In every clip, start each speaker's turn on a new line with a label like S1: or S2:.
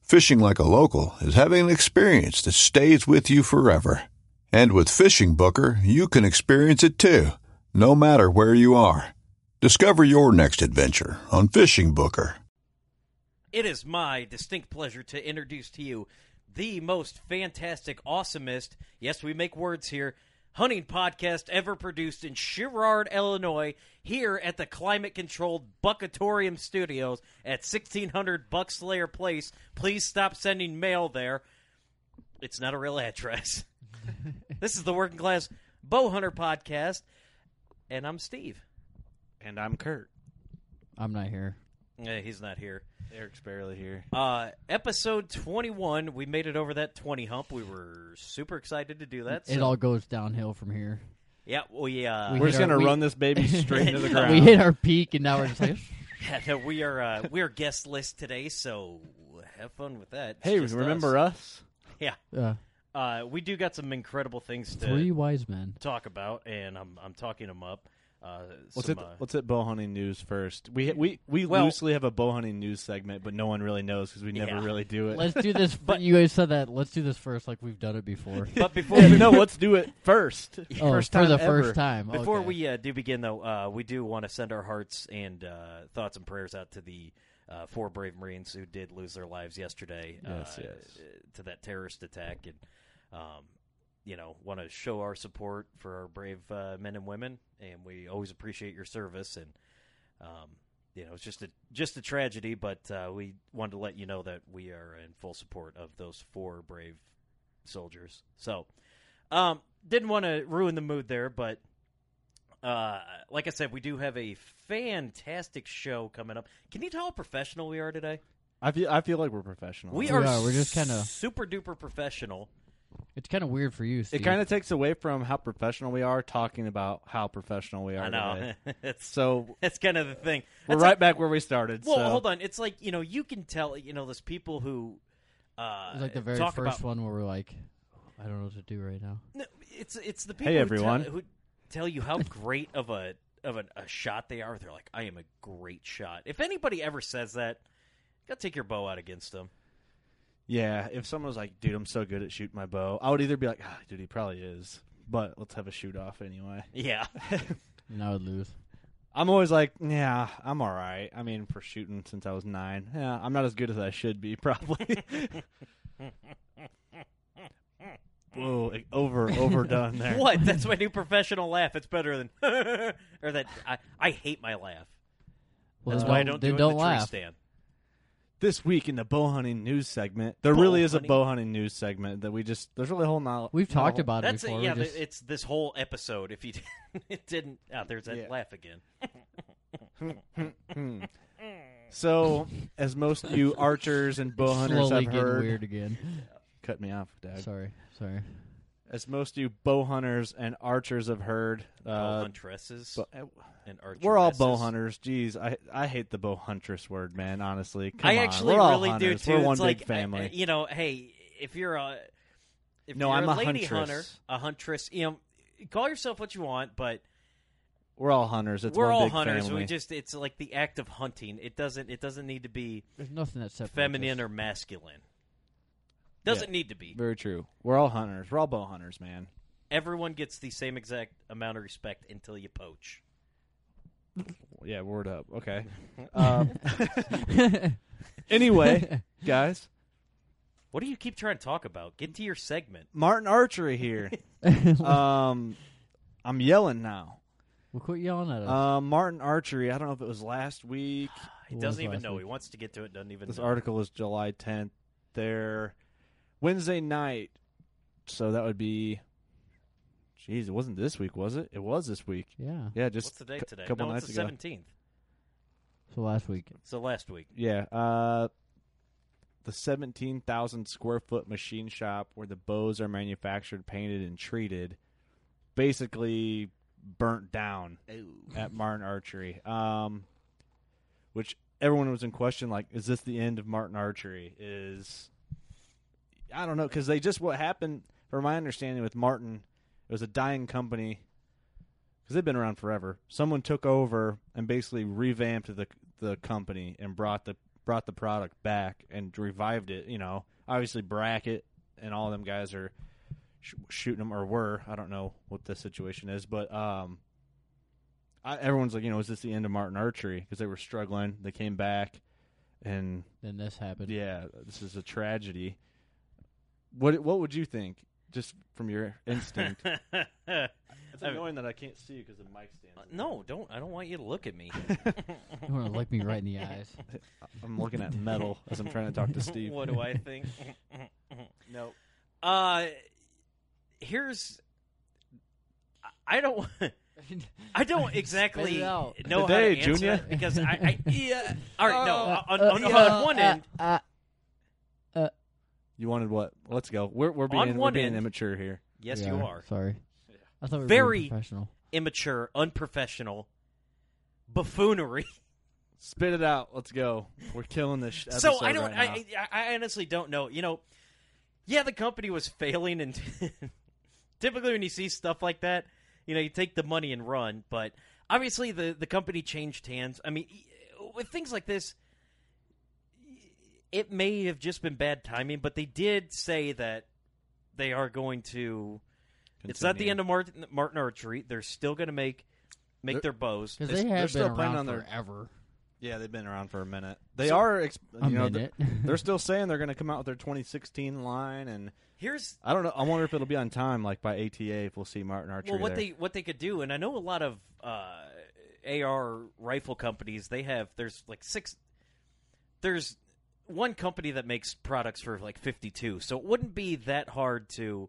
S1: Fishing like a local is having an experience that stays with you forever. And with Fishing Booker, you can experience it too, no matter where you are. Discover your next adventure on Fishing Booker.
S2: It is my distinct pleasure to introduce to you the most fantastic, awesomest, yes, we make words here, hunting podcast ever produced in Sherrard, Illinois, here at the climate controlled Buckatorium Studios at 1600 Buckslayer Place. Please stop sending mail there. It's not a real address. this is the Working Class Bow Hunter Podcast, and I'm Steve.
S3: And I'm Kurt.
S4: I'm not here.
S2: Eh, he's not here.
S3: Eric's barely here.
S2: Uh, episode 21, we made it over that 20 hump. We were super excited to do that.
S4: It
S2: so-
S4: all goes downhill from here.
S2: Yeah, we uh,
S4: We
S3: We're just
S4: hit our-
S3: gonna
S4: we-
S3: run this baby straight into the ground.
S4: we hit our peak, and now we're just like,
S2: yeah, no, we are uh, we are guest list today, so have fun with that. It's
S3: hey,
S2: just
S3: remember
S2: us.
S3: us?
S2: Yeah,
S4: uh,
S2: uh, we do got some incredible things to
S4: three wise men.
S2: talk about, and I'm I'm talking them up. Uh,
S3: Let's
S2: some,
S3: hit,
S2: uh,
S3: let's hit bow hunting news first. We we we
S2: Well-
S3: loosely have a bow hunting news segment, but no one really knows because we never
S2: Yeah.
S3: really do it.
S4: Let's do this.
S2: But-
S4: you guys said that. Let's do this first, like we've done it before.
S2: but before
S3: Yeah,
S2: we,
S3: no, let's do it first.
S4: oh,
S3: first
S4: for
S3: time
S4: the
S3: ever.
S4: first time.
S2: Before
S4: okay.
S2: we uh, do begin, though, uh, we do want to send our hearts and uh, thoughts and prayers out to the uh, four brave Marines who did lose their lives yesterday
S3: Yes,
S2: uh,
S3: yes.
S2: to that terrorist attack, and um, you know, want to show our support for our brave uh, men and women, and we always appreciate your service. And um, you know, it's just a just a tragedy, but uh, we wanted to let you know that we are in full support of those four brave soldiers. So, um, didn't want to ruin the mood there, but uh, like I said, we do have a fantastic show coming up. Can you tell how professional we are today?
S3: I feel I feel like we're professional.
S2: We
S4: Oh, We
S2: are.
S4: are, we're just kinda-
S2: super duper professional.
S4: it's kind of weird for you.
S3: It
S4: Steve.
S3: kind of takes away from how professional we are talking about how professional we are.
S2: I know.
S3: today.
S2: it's
S3: So
S2: that's kind of the thing.
S3: we're
S2: That's
S3: right back where we started.
S2: Well,
S3: so.
S2: hold on. It's like you know, you can tell. You know, there's people who uh,
S4: It's like the very
S2: talk
S4: first
S2: about,
S4: one where we're like, I don't know what to do right now.
S2: No, it's it's the people
S3: Hey,
S2: who
S3: everyone.
S2: tell, who tell you how great of a of a, a shot they are. They're like, I am a great shot. If anybody ever says that, gotta take your bow out against them.
S3: Yeah, if someone was like, "Dude, I'm so good at shooting my bow," I would either be like, "Ah, dude, he probably is," but let's have a shoot off anyway.
S2: Yeah,
S4: And I would lose.
S3: I'm always like, "Yeah, I'm all right." I mean, for shooting since I was nine, yeah, I'm not as good as I should be, probably. Whoa, like, over overdone there.
S2: what? That's my new professional laugh. It's better than or that. I, I hate my laugh.
S4: Well,
S2: That's
S4: then
S2: why I don't
S4: Then
S2: do it
S4: don't
S2: in the
S4: laugh.
S2: tree stand.
S3: This week in the bow hunting news segment, there
S2: Bow
S3: really is
S2: hunting?
S3: a bow hunting news segment that we just there's really a whole not.
S4: We've
S3: not a
S4: talked
S3: whole-
S4: about it
S2: That's
S4: before.
S2: yeah.
S4: we
S2: th-
S4: just,
S2: It's this whole episode. If you d- it didn't, ah, there's that
S3: Yeah.
S2: laugh again.
S3: Hmm. So, as most of you archers and bow hunters
S4: slowly
S3: have
S4: getting
S3: heard,
S4: weird again.
S3: cut me off, Dad.
S4: Sorry, sorry.
S3: As most of you bow hunters and archers have heard,
S2: bow
S3: uh,
S2: huntresses
S3: bo-
S2: and archeresses.
S3: we're all bow hunters. Jeez, I I hate the bow huntress word, man. Honestly, Come
S2: I
S3: on,
S2: actually
S3: we're all
S2: really
S3: hunters.
S2: do too.
S3: We're
S2: it's
S3: one
S2: like
S3: big
S2: I- I-
S3: family.
S2: you know, hey, if you're a if
S3: No,
S2: you're
S3: I'm
S2: a
S3: a
S2: lady
S3: huntress.
S2: hunter, a huntress, you know, call yourself what you want, but
S3: We're all hunters. It's
S2: we're
S3: one
S2: all
S3: big
S2: hunters.
S3: Family.
S2: We just it's like the act of hunting. It doesn't it doesn't need to be
S4: There's nothing that separates.
S2: feminine
S4: us.
S2: or masculine. Doesn't
S3: Yeah.
S2: need to be.
S3: very true. We're all hunters. We're all bow hunters, man.
S2: Everyone gets the same exact amount of respect until you poach.
S3: Yeah, word up. Okay. Um, anyway, guys,
S2: What do you keep trying to talk about? Get to your segment.
S3: Martin Archery here. Um, I'm yelling now.
S4: well, quit yelling at us.
S3: Uh, Martin Archery. I don't know if it was last week.
S2: He
S4: What
S2: doesn't
S4: was
S2: even
S4: last
S2: know.
S4: week?
S2: He wants to get to it. Doesn't even.
S3: This
S2: know.
S3: article is July 10th. There, Wednesday night. So that would be. Jeez, it wasn't this week, was it? It was this week.
S4: yeah.
S3: Yeah, just
S2: What's the date
S3: cou-
S2: today?
S3: couple
S2: no,
S3: nights
S2: it's the
S3: ago.
S2: seventeenth.
S4: So last week,
S2: So last week.
S3: Yeah. Uh, the 17,000 square foot machine shop where the bows are manufactured, painted, and treated basically burnt down at Martin Archery. Um, which everyone was in question like, is this the end of Martin Archery? Is. I don't know, because they just. What happened, from my understanding, with Martin, it was a dying company. Because they've been around forever. Someone took over and basically revamped the the company and brought the brought the product back and revived it. You know, obviously Brackett and all them guys are sh- shooting them or were. I don't know what the situation is, but um, I, everyone's like, you know, is this the end of Martin Archery? Because they were struggling. They came back, and
S4: then this happened.
S3: yeah, this is a tragedy. What what would you think? Just from your instinct, it's annoying that I can't see you because the mic stands.
S2: Uh, no, don't. I don't want you to look at me.
S4: You want to look me right in the eyes.
S3: I'm looking at metal as I'm trying to talk to Steve.
S2: what do I think?
S3: No.
S2: uh, here's. I don't. I don't exactly
S4: it
S2: know
S4: out.
S2: how
S3: Today,
S2: to answer
S3: Junior.
S2: it because I. I yeah. All right.
S3: Uh,
S2: No. On,
S4: Uh,
S2: on,
S4: uh,
S2: on one end,
S4: uh, uh,
S3: You wanted what? Let's go. We're we're being,
S2: On
S3: we're
S2: one
S3: being
S2: end-
S3: immature here.
S2: yes,
S4: we
S2: you are
S4: Sorry. I thought we were
S2: Very-
S4: being professional.
S2: immature, unprofessional, buffoonery.
S3: Spit it out. Let's go. We're killing this. Sh-
S2: so
S3: episode
S2: I don't.
S3: right now.
S2: I, I I honestly don't know. You know, yeah, the company was failing, and typically when you see stuff like that, you know, you take the money and run. But obviously, the the company changed hands. I mean, e, with things like this, it may have just been bad timing, but they did say that they are going to. It's not the
S3: Continue.
S2: end of Martin, Martin Archery. They're still going to make make
S3: They're-
S2: their bows.
S4: Because
S3: They're-
S4: they
S3: they're
S4: have been
S3: still playing
S4: around
S3: on their-
S4: forever.
S3: Yeah, they've been around for a minute. They
S2: So-
S3: are. Exp- you
S4: A
S3: know,
S4: minute.
S3: They're, they're still saying they're going to come out with their 2016 line, and
S2: Here's
S3: I don't know. I wonder if it'll be on time, like by ATA, if we'll see Martin Archer.
S2: Well, what
S3: there.
S2: they what they could do, and I know a lot of uh, AR rifle companies. They have there's like six. There's one company that makes products for like 52, so it wouldn't be that hard to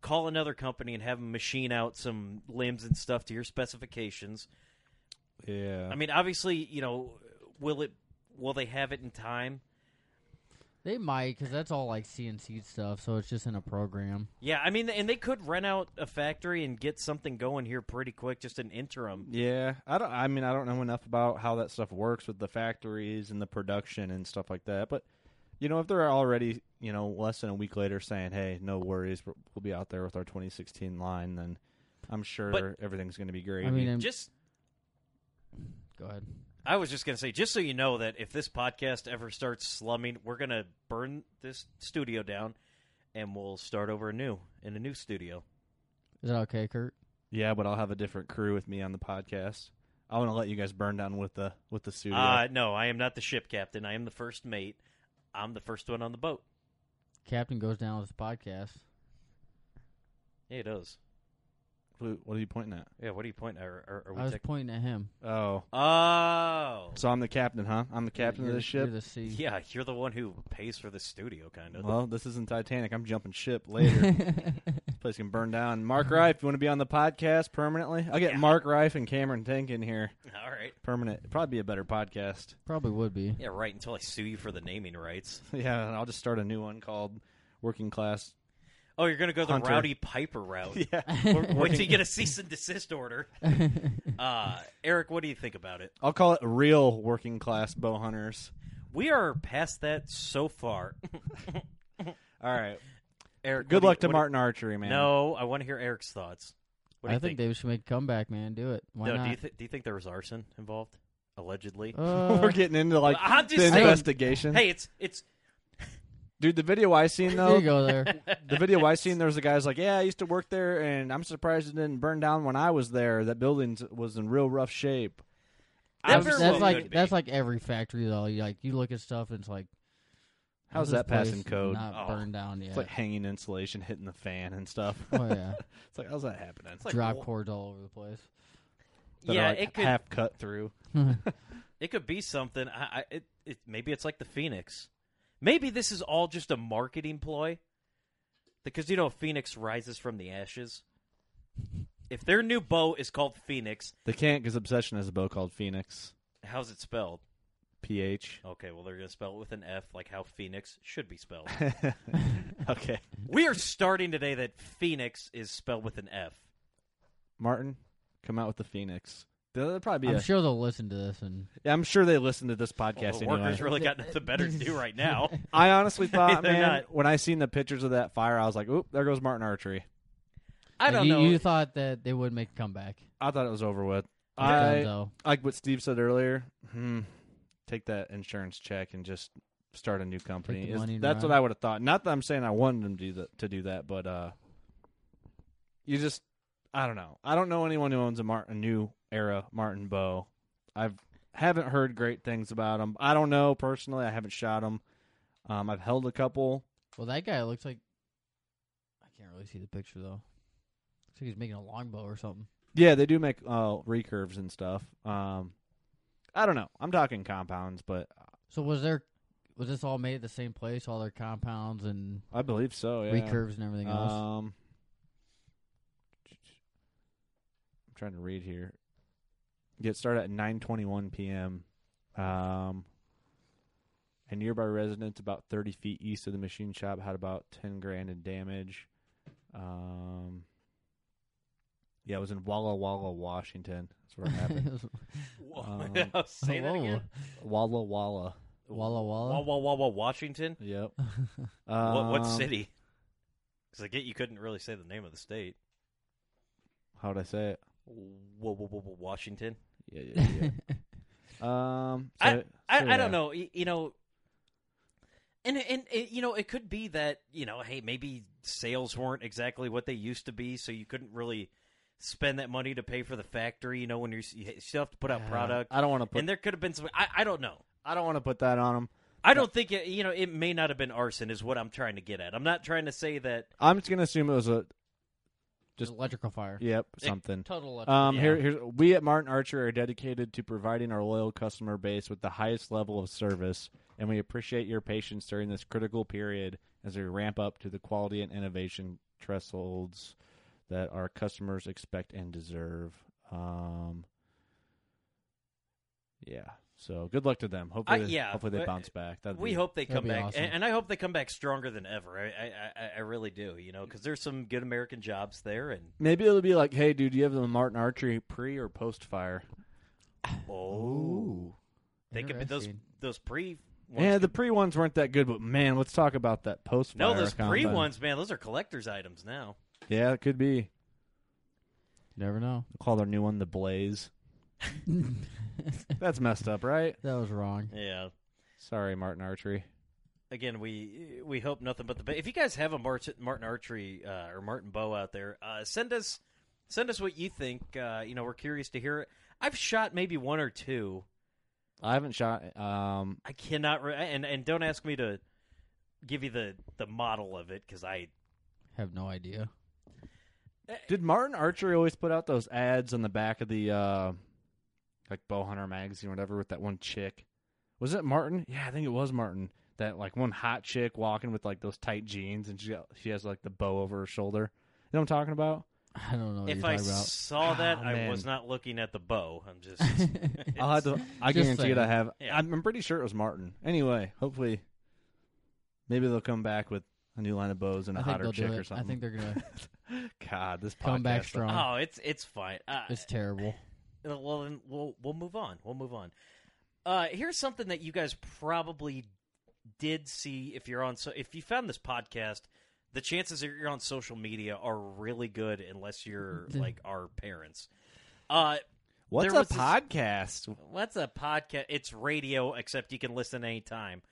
S2: call another company and have them machine out some limbs and stuff to your specifications.
S3: yeah.
S2: I mean, obviously, you know, will it will they have it in time?
S4: They might, because that's all like CNC stuff, so it's just in a program.
S2: Yeah, I mean, and they could rent out a factory and get something going here pretty quick, just an interim.
S3: yeah. I don't. I mean, I don't know enough about how that stuff works with the factories and the production and stuff like that. But you know, if they're already you know less than a week later saying, "Hey, no worries, we're- we'll be out there with our 2016 line," then I'm sure
S2: But-
S3: everything's going to be great.
S4: I mean, and-
S2: Just
S4: go ahead.
S2: I was just going to say, just so you know, that if this podcast ever starts slumming, we're going to burn this studio down and we'll start over anew in a new studio.
S4: Is that okay, Kurt?
S3: Yeah, but I'll have a different crew with me on the podcast. I want to let you guys burn down with the with the studio.
S2: Uh, no, I am not the ship captain. I am the first mate. I'm the first one on the boat.
S4: Captain goes down with his podcast.
S2: Yeah, it is.
S3: Wh- what are you pointing at?
S2: Yeah, what are you pointing at? Are, are, are we
S4: I was
S2: tech-
S4: pointing at him.
S3: Oh,
S2: Oh.
S3: so I'm the captain, huh? I'm the captain
S4: You're
S3: of
S4: the-
S3: this ship.
S4: You're the sea.
S2: Yeah, you're the one who pays for the studio, kind of.
S3: Well, this isn't Titanic. I'm jumping ship later. this place can burn down. Mark Rife, you want to be on the podcast permanently? I'll get
S2: Uh-huh. Yeah.
S3: Mark Rife and Cameron Tank in here
S2: All right.
S3: permanent. It'd probably be a better podcast.
S4: Probably would be.
S2: Yeah, right, until I sue you for the naming rights.
S3: yeah, and I'll just start a new one called Working Class.
S2: Oh, you're going to go the
S3: Hunter.
S2: Rowdy Piper route.
S3: Yeah.
S2: Wait till you get a cease and desist order. Uh, Eric, what do you think about it?
S3: I'll call it Real Working Class Bow Hunters.
S2: We are past that so far.
S3: All right.
S2: Eric, what
S3: Good
S2: do you-
S3: luck to
S2: what do-
S3: Martin Archery, man.
S2: No, I want to hear Eric's thoughts. What do
S4: I
S2: you
S4: think, they should make a comeback, man. Do it. Why
S2: no,
S4: not?
S2: do you thi- do you think there was arson involved? Allegedly.
S4: Uh,
S3: We're getting into like
S2: I'm just
S3: the
S2: saying-
S3: investigation.
S2: hey, it's it's
S3: dude, the video I seen
S4: there
S3: though,
S4: you go. There.
S3: the video I seen, there was a guy's like, "Yeah, I used to work there, and I'm surprised it didn't burn down when I was there. That building was in real rough shape."
S2: That
S4: that's,
S2: very
S4: that's
S2: well
S4: like
S2: could be.
S4: that's like every factory though. You like you look at stuff and it's like,
S3: How's
S4: this
S3: that passing
S4: place
S3: code?
S4: Not
S2: Oh.
S4: burned down yet.
S3: It's like hanging insulation, hitting the fan, and stuff.
S4: oh yeah,
S3: it's like, how's that happening? It's
S2: like
S4: drop
S2: wa-
S4: cords all over the place.
S3: that
S2: yeah,
S3: are, like,
S2: it could
S3: half cut through.
S2: it could be something. I, I it, it maybe it's like the Phoenix. Maybe this is all just a marketing ploy, because you know Phoenix rises from the ashes. If their new bow is called Phoenix,
S3: They can't because Obsession has a bow called Phoenix.
S2: how's it spelled?
S3: PH.
S2: Okay, well they're gonna spell it with an F, like how Phoenix should be spelled.
S3: okay,
S2: we are starting today that Phoenix is spelled with an F.
S3: Martin, come out with the Phoenix. That'll probably be.
S4: I'm
S3: a-
S4: sure they'll listen to this and
S3: Yeah, I'm sure they listen to this
S2: Well,
S3: podcast
S2: Oh, the
S3: anyway.
S2: workers really got nothing better to do right now.
S3: I honestly thought,
S2: They're
S3: man,
S2: not.
S3: when I seen the pictures of that fire, I was like, "Oop, there goes Martin Archery."
S2: I
S4: Like,
S2: don't
S4: you,
S2: know.
S4: You thought that they would make a comeback.
S3: I thought it was over with.
S4: They're done,
S3: I
S4: though.
S3: like what Steve said earlier. Hmm, take that insurance check and just start a new company.
S4: the
S3: Is-
S4: money and
S3: that's
S4: run.
S3: what I would have thought. Not that I'm saying I wanted them to do that, to do that, but uh, you just, I don't know. I don't know anyone who owns a, Martin, a new era Martin bow. I've haven't heard great things about them. I don't know personally. I haven't shot them. Um, I've held a couple.
S4: Well, that guy looks like I can't really see the picture though. Looks like he's making a longbow or something.
S3: Yeah, they do make uh, recurves and stuff. Um, I don't know. I'm talking compounds, but
S4: So was there? Was this all made at the same place? All their compounds and
S3: I believe so. Yeah.
S4: recurves and everything else.
S3: Um, I'm trying to read here. Get started at 9:21 p.m. Um, a nearby residence about 30 feet east of the machine shop had about 10 grand in damage. Um, yeah, it was in Walla Walla, Washington. That's where it happened.
S2: Whoa.
S3: Um,
S2: Say that
S4: Whoa.
S2: again.
S3: Walla Walla.
S4: Walla Walla?
S2: Walla Walla, Washington.
S3: Yep.
S2: what what
S3: Um,
S2: city? Because I get you couldn't really say the name of the state.
S3: How would I say it?
S2: Whoa, whoa, whoa, whoa, Washington.
S3: Yeah, yeah, yeah. um, so- so
S2: I, I
S3: yeah.
S2: don't know. y- You know, and and it, you know, it could be that you know, hey, maybe sales weren't exactly what they used to be, so you couldn't really spend that money to pay for the factory. You know, when you're, s- you still have to put out
S3: Yeah,
S2: product,
S3: I don't want to put.
S2: and there could have been some. I, I don't know.
S3: I don't want to put that on them.
S2: I don't think it, you know. It may not have been arson, is what I'm trying to get at. I'm not trying to say that.
S3: I'm just gonna assume it was a
S4: Just
S3: Just-
S4: electrical fire.
S3: yep something.
S4: Total electrical.
S3: Um,
S2: Yeah.
S3: here, here's we at Martin Archer are dedicated to providing our loyal customer base with the highest level of service, and we appreciate your patience during this critical period as we ramp up to the quality and innovation thresholds that our customers expect and deserve. Um, yeah. So good luck to them. Hopefully, they-
S2: yeah,
S3: hopefully they
S2: but
S3: bounce back. That'd
S2: we
S3: be-
S2: hope they
S4: That'd
S2: come
S4: be
S2: back,
S4: awesome.
S2: and, and I hope they come back stronger than ever. I I, I, I really do. You know, because there's some good American jobs there, and
S3: Maybe it'll be like, hey, dude, do you have the Martin Archery pre or post fire?
S2: oh, they could be those
S4: Interesting.
S2: those pre. Ones
S3: Yeah,
S2: could
S3: the pre ones weren't that good, but man, let's talk about that post.
S2: No, those free ones, man, those are collector's items now.
S3: Yeah, it could be.
S4: Never know.
S3: Call their new one the Blaze. That's messed up, right?
S4: That was wrong.
S2: Yeah.
S3: Sorry, Martin Archery.
S2: Again, we we hope nothing but the best. If you guys have a Martin, Martin Archery uh, or Martin Bow out there, uh, send us send us what you think. Uh, you know, we're curious to hear it. I've shot maybe one or two.
S3: I haven't shot. Um,
S2: I cannot re- and and don't ask me to give you the the model of it because I
S4: Have no idea.
S3: did Martin Archery always put out those ads on the back of the uh, like Bowhunter magazine, or whatever, with that one chick? Was it Martin? Yeah, I think it was Martin. That like one hot chick walking with like those tight jeans, and she got, she has like the bow over her shoulder. You know what I'm talking about?
S4: I don't know what
S2: if
S4: you're
S2: I
S4: talking about.
S2: saw that
S3: Ah,
S2: I
S3: man.
S2: was not looking at the bow. I'm just
S3: I'll have to. uh, I
S4: Just
S3: guarantee it. I
S4: saying.
S3: have.
S2: Yeah.
S3: I'm, I'm pretty sure it was Martin. Anyway, hopefully, maybe they'll come back with a new line of bows and a
S4: I think
S3: hotter
S4: they'll
S3: chick
S4: do
S3: or
S4: it. I
S3: something.
S4: think they're gonna.
S3: God, this podcast.
S4: Come back strong.
S2: oh, it's it's fine. Uh,
S4: It's terrible.
S2: Uh, Well, then we'll we'll move on. We'll move on. Uh, here's something that you guys probably did see if you're on. So if you found this podcast, the chances that you're on social media are really good unless you're like our parents. Uh,
S3: What's
S2: There
S3: a
S2: was this-
S3: podcast?
S2: what's a podcast? It's radio, except you can listen anytime.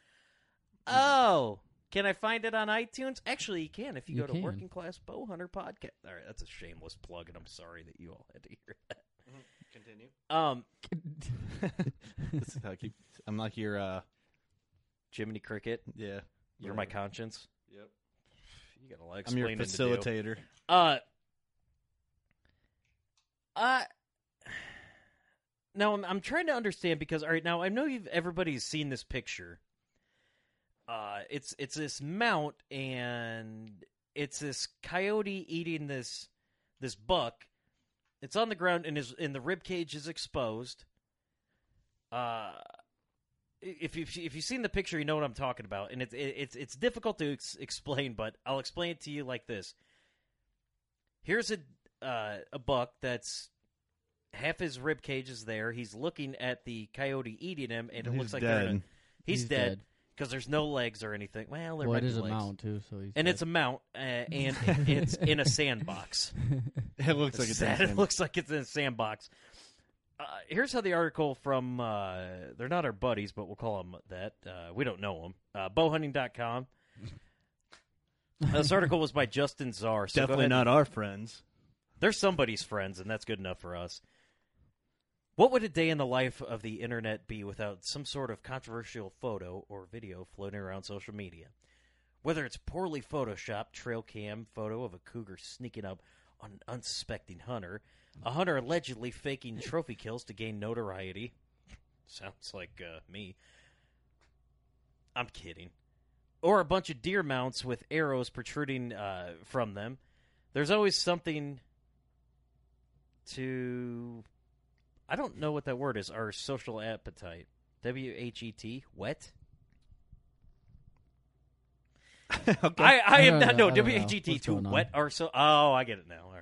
S4: Mm-hmm.
S2: Oh, can I find it on iTunes? Actually, you can if you,
S4: You
S2: go to
S4: can.
S2: Working Class Bowhunter Podcast. All right, that's a shameless plug, and I'm sorry that you all had to hear that.
S3: Continue.
S2: Um,
S3: this is how I keep. I'm like your. Uh,
S2: Jiminy Cricket,
S3: yeah.
S2: you're my conscience.
S3: Yep.
S2: You got a lot of
S3: I'm your
S2: explaining to do.
S3: facilitator.
S2: Uh, uh, now I'm I'm trying to understand because all right now I know you've everybody's seen this picture. Uh, it's it's this mount and it's this coyote eating this this buck. It's on the ground and is and the rib cage is exposed. Uh. If you if you've seen the picture, you know what I'm talking about, and it's it's it's difficult to ex- explain, but I'll explain it to you like this here's a uh, a buck that's half his rib cage is there. He's looking at the coyote eating him, and it
S3: He's
S2: looks like they're in a-
S3: dead.
S2: he's,
S4: He's
S2: dead
S4: dead.
S2: because there's no legs or anything. Well, there
S4: well,
S2: might be
S4: it is a
S2: legs.
S4: mount too, so he's
S2: and it's a mount, uh, and it's in a sandbox.
S3: It looks like it's
S2: Sad.
S3: in
S2: It looks like it's in a sandbox. Uh, here's how the article from uh, they're not our buddies, but we'll call them that. Uh, we don't know them. Uh, bowhunting.com. this article was by Justin Czar. So go
S3: definitely
S2: ahead and-
S3: not our friends.
S2: they're somebody's friends, and that's good enough for us. What would a day in the life of the internet be without some sort of controversial photo or video floating around social media? Whether it's poorly photoshopped trail cam photo of a cougar sneaking up on an unsuspecting hunter, a hunter allegedly faking trophy kills to gain notoriety. Sounds like uh, me. I'm kidding. Or a bunch of deer mounts with arrows protruding uh, from them. There's always something to. I don't know what that word is. Our social appetite. W H E T. Wet?
S3: okay.
S2: I, I
S4: I
S2: am
S4: don't
S2: not.
S4: know.
S2: No,
S4: I don't
S2: W H E
S4: know.
S2: T.
S4: What's
S2: To
S4: going on?
S2: wet our so. Oh, I get it now. All right.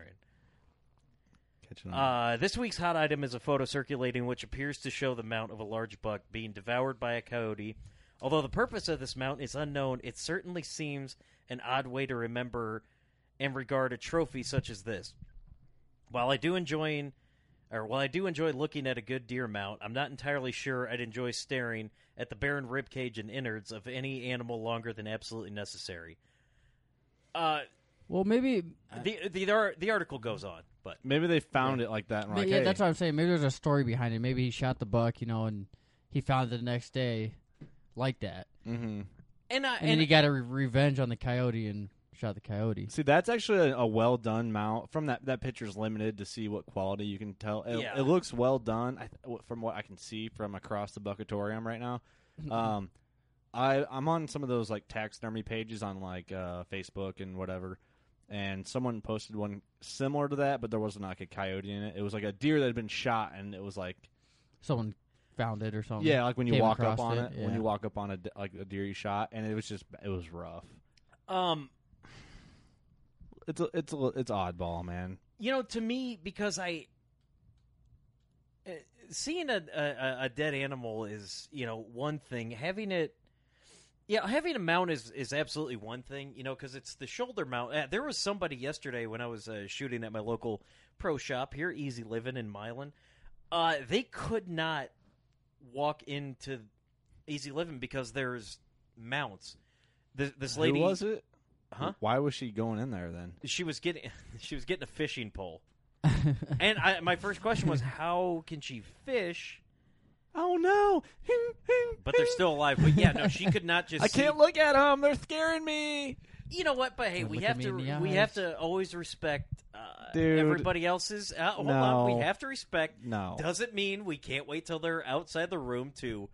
S3: Catching on.
S2: Uh, this week's hot item is a photo circulating which appears to show the mount of a large buck being devoured by a coyote. Although the purpose of this mount is unknown, it certainly seems an odd way to remember and regard a trophy such as this. While I do enjoying or while I do enjoy looking at a good deer mount, I'm not entirely sure I'd enjoy staring at the barren ribcage and innards of any animal longer than absolutely necessary. Uh,
S4: well, maybe.
S2: the, the the ar- the article goes on, but
S3: Maybe they found it like that. And were
S4: may-
S3: like,
S4: yeah,
S3: hey,
S4: that's what I'm saying. Maybe there's a story behind it. Maybe he shot the buck, you know, and he found it the next day, like that.
S3: mhm.
S2: and I
S4: And, then he got a re- revenge on the coyote and shot the coyote.
S3: See, that's actually a, a well done mount. From that, that picture's limited to see what quality you can tell. It,
S2: Yeah.
S3: it looks well done I, th- from what I can see from across the buckatorium right now. Um, I I'm on some of those like taxidermy pages on like uh, Facebook and whatever, and someone posted one similar to that, but there wasn't like a coyote in it. It was like a deer that had been shot, and it was like
S4: Someone found it or something.
S3: yeah, like when you
S4: Um, Came
S3: walk
S4: across
S3: up on it,
S4: it,
S3: when
S4: yeah.
S3: you walk up on a d- like a deer you shot, and it was just it was rough.
S2: um
S3: It's a, it's a, li- it's oddball, man.
S2: you know, to me, because I uh, seeing a, a a dead animal is you know one thing. Having it, yeah, having a mount is is absolutely one thing. You know, because it's the shoulder mount. Uh, there was somebody yesterday when I was uh, shooting at my local pro shop here, Easy Living in Milan. Uh, they could not walk into Easy Living because there's mounts. This, this lady
S3: Who was it?
S2: Huh?
S3: Why was she going in there then?
S2: she was getting she was getting a fishing pole. and I, my first question was, how can she fish?
S3: Oh no!
S2: But they're still alive. But yeah, no, she could not just.
S3: I can't
S2: see-
S3: look at them. They're scaring me,
S2: You know what? But hey,
S4: Don't
S2: we
S4: look at
S2: have
S4: me
S2: to.
S4: in the
S2: We
S4: eyes.
S2: have to always respect uh,
S3: Dude.
S2: everybody else's. Uh, hold on,
S3: No.
S2: we have to respect.
S3: No.
S2: doesn't mean we can't wait till they're outside the room to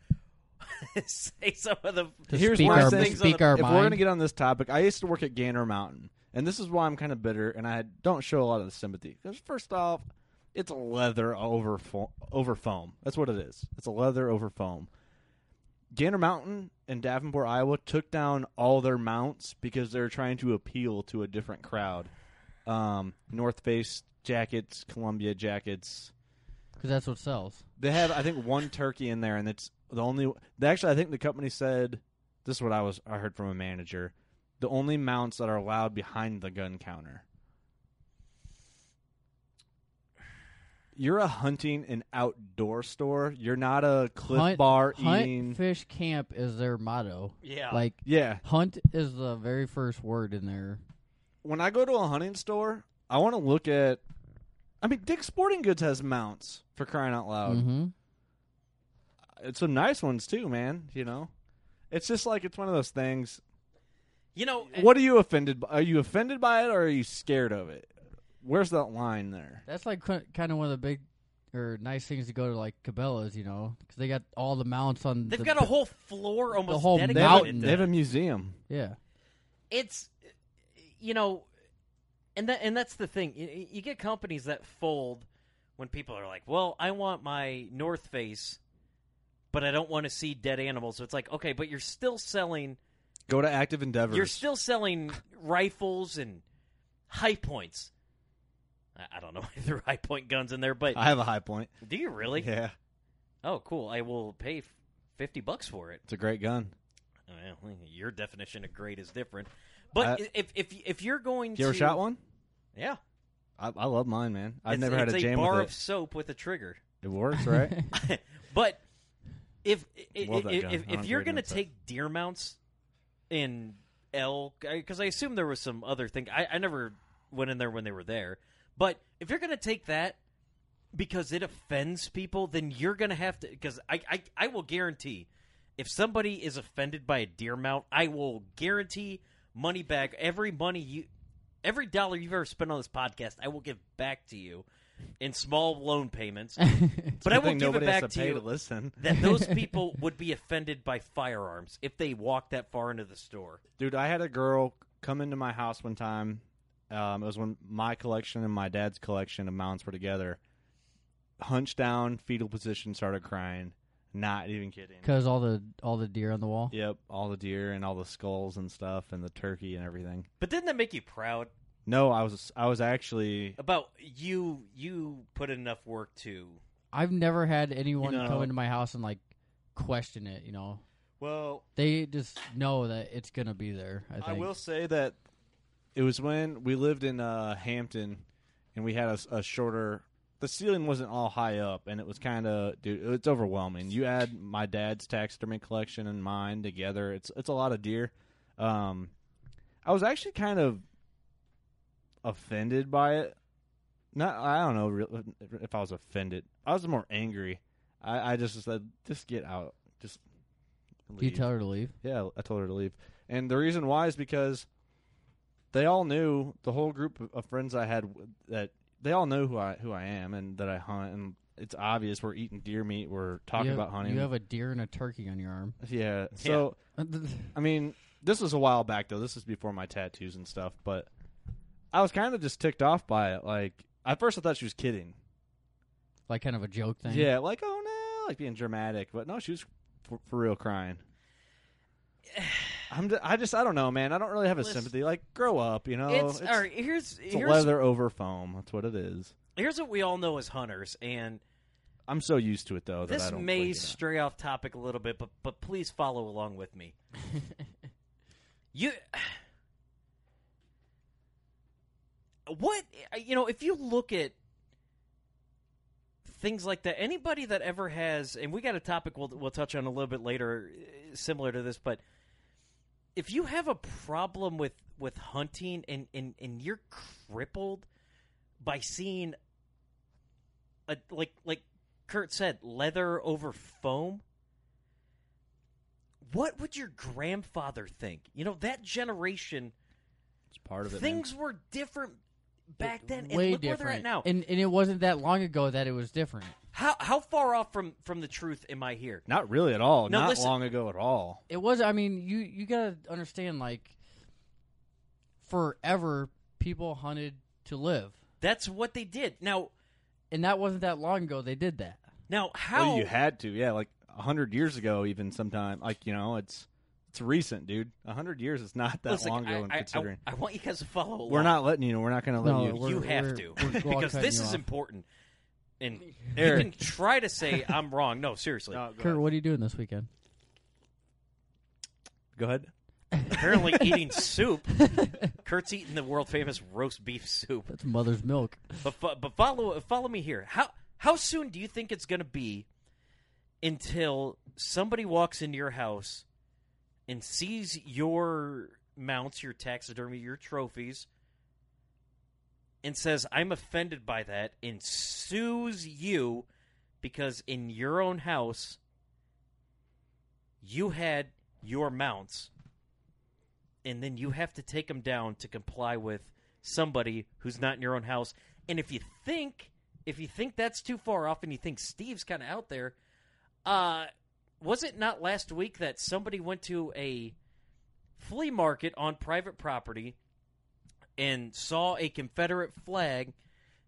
S2: say some of the.
S4: To
S3: Here's
S4: speak
S3: one
S4: our,
S3: of the
S4: to
S3: things
S2: on
S4: speak
S2: the-
S4: our
S3: if
S4: mind.
S3: we're gonna get on this topic, I used to work at Gander Mountain, and this is why I'm kind of bitter, and I don't show a lot of the sympathy. Because first off, it's leather over fo- over foam. That's what it is. It's a leather over foam. Gander Mountain in Davenport, Iowa, took down all their mounts because they're trying to appeal to a different crowd. Um, North Face jackets, Columbia jackets.
S4: because that's what sells.
S3: They have, I think, one turkey in there, and it's the only. They actually, I think the company said this is what I was. I heard from a manager. the only mounts that are allowed behind the gun counter. You're a hunting and outdoor store. You're not a cliff
S4: hunt,
S3: bar
S4: hunt,
S3: eating.
S4: fish, camp is their motto.
S2: Yeah.
S4: Like
S3: yeah.
S4: hunt is the very first word in there.
S3: When I go to a hunting store, I want to look at. I mean, Dick's Sporting Goods has mounts for crying out loud.
S4: Mm-hmm.
S3: It's some nice ones too, man. You know, it's just like it's one of those things.
S2: you know
S3: What are you offended? By? Are you offended by it, or are you scared of it? Where's that line there?
S4: That's like kind of one of the big or nice things to go to like Cabela's, you know, because they got all the mounts on.
S2: They've
S4: the,
S2: got a whole floor almost
S4: whole
S3: They
S2: dedicated
S3: have, a,
S4: mountain.
S2: to
S3: they have a
S2: that.
S3: museum.
S4: yeah.
S2: it's you know and that and that's the thing you, you get companies that fold when people are like well i want my north face but i don't want to see dead animals so it's like okay but you're still selling
S3: Go to Active Endeavors.
S2: you're still selling rifles and high points I, I don't know why they threw high point guns in there but
S3: I have a high point.
S2: do you really
S3: Yeah,
S2: oh cool i will pay f- 50 bucks for it
S3: it's a great gun.
S2: well, your definition of great is different but
S3: I-
S2: if if if you're going
S3: You ever
S2: to
S3: shot one?
S2: yeah
S3: I, I love mine, man. I've
S2: It's-
S3: never had
S2: it's
S3: a jam
S2: bar
S3: with
S2: of
S3: it.
S2: soap with a trigger.
S3: It works, right?
S2: but if if
S3: Love that
S2: if,
S3: gun.
S2: if,
S3: I don't
S2: you're
S3: agree
S2: gonna
S3: with that.
S2: take deer mounts in elk, because I assume there was some other thing. I, I never went in there when they were there. But if you're gonna take that because it offends people, then you're gonna have to. Because I, I I will guarantee, if somebody is offended by a deer mount, I will guarantee money back. Every money you, every dollar you've ever spent on this podcast, I will give back to you in small loan payments. but I
S3: Good
S2: will
S3: thing
S2: give it
S3: nobody
S2: back
S3: has to
S2: to
S3: pay
S2: you
S3: to listen,
S2: that those people would be offended by firearms if they walked that far into the store.
S3: dude. I had a girl come into my house one time. Um, it was when my collection and my dad's collection of mounts were together. Hunched down, fetal position, started crying. Not even kidding.
S4: Because all the all the deer on the wall.
S3: Yep, all the deer and all the skulls and stuff, and the turkey and everything.
S2: But didn't that make you proud
S3: No, I was I was actually
S2: about you? You put enough work to.
S4: I've never had anyone
S3: You know-
S4: come into my house and like question it. You know,
S3: well.
S4: they just know that it's gonna be there. I, think.
S3: I will say that it was when we lived in uh, Hampton, and we had a, s- a shorter. The ceiling wasn't all high up, and it was kind of dude. It's overwhelming. You add my dad's taxidermy collection and mine together. It's it's a lot of deer. Um, I was actually kind of offended by it. Not I don't know real- if I was offended. I was more angry. I, I just said, just get out. Just
S4: Do you
S3: leave.
S4: tell her to leave?
S3: Yeah, I told her to leave. And the reason why is because they all knew the whole group of friends I had w- that they all know who I who I am and that I hunt and it's obvious we're eating deer meat, we're talking
S4: You have-
S3: about hunting.
S4: You have a deer and a turkey on your arm.
S3: yeah. So
S4: I
S3: I mean, this was a while back though. This is before my tattoos and stuff, but I was kind of just ticked off by it. Like at first I thought she was kidding.
S4: like kind of a joke thing.
S3: Yeah, like oh no, like being dramatic, but no, she was for, for real crying. I'm just, I just I don't know, man. I don't really have a
S2: Listen.
S3: sympathy. Like grow up, you know.
S2: it's, all right. Here's
S3: it's a
S2: here's,
S3: leather over foam. That's what it is.
S2: here's what we all know as hunters, and
S3: I'm so used to it though that I
S2: this
S3: don't
S2: may
S3: blink it out.
S2: stray off topic a little bit, but but please follow along with me. you, what you know, if you look at things like that, anybody that ever has, and we got a topic we'll we'll touch on a little bit later, eh, similar to this, but if you have a problem with with hunting and and and you're crippled by seeing a, like like Kurt said, leather over foam. What would your grandfather think? You know that generation,
S3: It's part of it. man.
S2: things were different back then, and
S4: Way
S2: look
S4: different.
S2: where they're at now.
S4: And and it wasn't that long ago that it was different.
S2: how how far off from from the truth am I here?
S3: Not really at all.
S2: No,
S3: Not
S2: listen.
S3: long ago at all.
S4: It was. I mean, you you gotta understand. Like, forever people hunted to live,
S2: That's what they did. Now
S4: and that wasn't that long ago they did that.
S2: now how
S3: Well, you had to, yeah, like a hundred years ago, even sometime. Like you know, it's it's recent, dude. A hundred years is not that
S2: listen,
S3: long ago.
S2: I,
S3: when
S2: I- I-
S3: considering
S2: I, want you guys to follow. Along.
S3: we're not letting you know, we're not going to let
S4: No,
S3: you.
S4: we're-
S2: you have to
S4: we're- we're all
S2: because
S4: cutting
S2: this
S4: you
S2: is
S4: off.
S2: important. And
S3: Eric.
S2: you can try to say I'm wrong. No, seriously.
S3: No, go
S4: Kurt,
S3: ahead.
S4: what are you doing this weekend?
S3: Go ahead.
S2: apparently eating soup. Kurt's eating the world famous roast beef soup.
S4: That's mother's milk.
S2: But fo- but follow follow me here. How how soon do you think it's going to be until somebody walks into your house and sees your mounts, your taxidermy, your trophies, and says, "I'm offended by that," and sues you because in your own house you had your mounts and then you have to take them down to comply with somebody who's not in your own house. And if you think if you think that's too far off, and you think Steve's kind of out there, uh, was it not last week that somebody went to a flea market on private property and saw a Confederate flag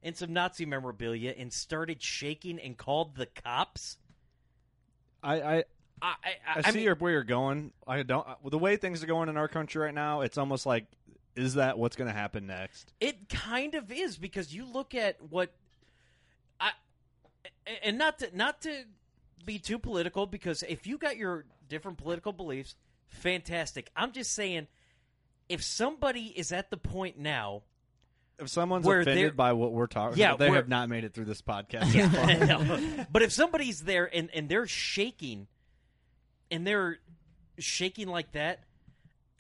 S2: and some Nazi memorabilia and started shaking and called the cops?
S3: I, I,
S2: I, I,
S3: I, see
S2: mean,
S3: your- where you're going. I don't. I- The way things are going in our country right now, it's almost like, is that what's going to happen next?
S2: It kind of is because you look at what I a- and not to not to be too political because if you got your different political beliefs, fantastic. I'm just saying if somebody is at the point now
S3: If someone's
S2: Where they're-
S3: offended by what we're talking,
S2: Yeah,
S3: they
S2: we're-
S3: have not made it through this podcast. so far.
S2: yeah, no. but if somebody's there and, and they're shaking and they're shaking like that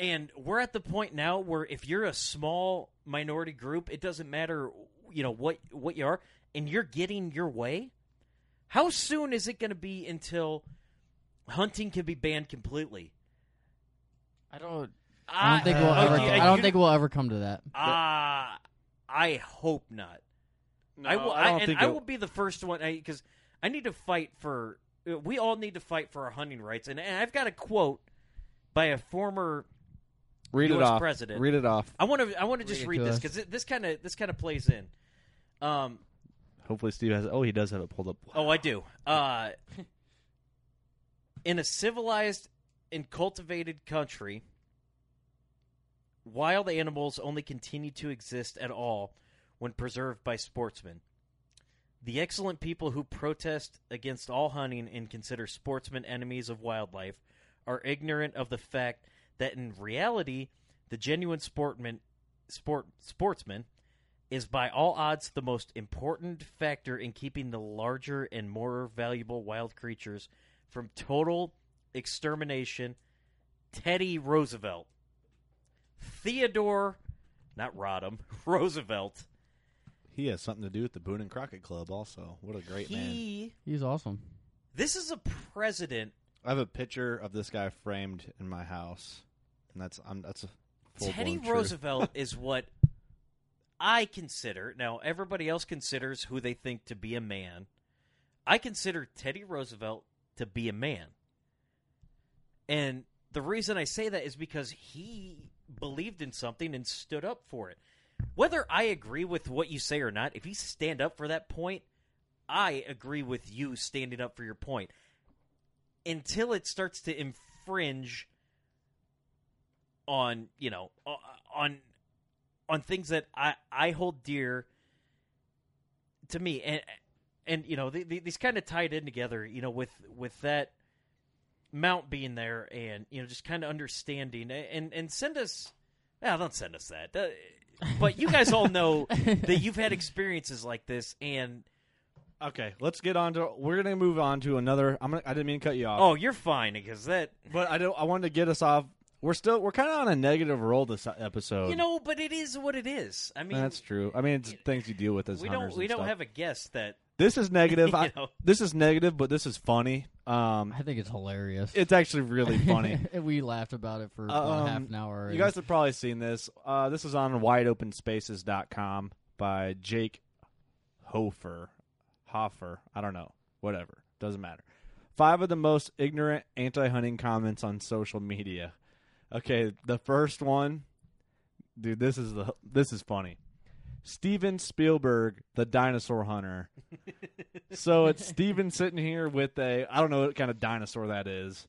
S2: and we're at the point now where if you're a small minority group it doesn't matter you know what what you are and you're getting your way how soon is it going to be until hunting can be banned completely
S4: I don't. I don't think we'll
S2: oh,
S4: ever.
S2: you-
S4: I don't
S2: you-
S4: think we'll ever come to that.
S2: ah i hope not
S3: No,
S2: I will.
S3: I don't
S2: and
S3: think
S2: I
S3: it-
S2: will be the first one because I, need to fight for. uh, We all need to fight for our hunting rights, and, and I've got a quote by a former.
S3: read it
S2: US
S3: off.
S2: president.
S3: Read it off.
S2: I want to. I want to just
S4: Read it
S2: read
S4: to
S2: this
S4: us.
S2: because this kind of this kind of plays in. Um.
S3: Hopefully, Steve has. Oh, he does have it pulled up.
S2: Oh, I do. Uh, in a civilized and cultivated country, wild animals only continue to exist at all when preserved by sportsmen. The excellent people who protest against all hunting and consider sportsmen enemies of wildlife are ignorant of the fact that in reality, the genuine sportman, sport, sportsman is by all odds the most important factor in keeping the larger and more valuable wild creatures from total extermination. Teddy Roosevelt. Theodore, not Rodham, Roosevelt.
S3: He has something to do with the Boone and Crockett Club. Also, what a great man!
S2: he,
S4: He's awesome.
S2: This is a president,
S3: I have a picture of this guy framed in my house, and that's I'm that's a full-blown
S2: Teddy
S3: truth.
S2: Roosevelt is what I consider. Now, everybody else considers who they think to be a man. I consider Teddy Roosevelt to be a man. And the reason I say that is because he believed in something and stood up for it. Whether I agree with what you say or not, if you stand up for that point, I agree with you standing up for your point. Until it starts to infringe on you know o- on on things that I I hold dear to me and and you know the, the, these kind of tied in together you know with with that mount being there and you know just kind of understanding A- and and send us yeah don't send us that Uh, but you guys all know that you've had experiences like this and
S3: Okay, let's get on to. We're gonna move on to another. I'm gonna. I didn't mean to cut you off.
S2: oh you're fine because that
S3: But I don't. I wanted to get us off. We're still. We're kind of on a negative roll this e-, episode.
S2: you know but it is what it is I mean
S3: that's true. I mean, it's things you deal with as
S2: we
S3: hunters.
S2: don't we
S3: and
S2: don't
S3: stuff.
S2: have a guess that
S3: This is negative.
S2: You
S3: I,
S2: know.
S3: This is negative, but this is funny. Um,
S4: I think it's hilarious.
S3: it's actually really funny.
S4: And we laughed about it for about half
S3: Um,
S4: an hour.
S3: You guys have probably seen this. Uh, this is on wideopenspaces.com by Jake Hofer. Hofer. I don't know. Whatever. Doesn't matter. Five of the most ignorant anti hunting comments on social media. Okay, the first one. Dude, this is the this is funny. Steven Spielberg, the dinosaur hunter. so it's Steven sitting here with a I don't know what kind of dinosaur that is,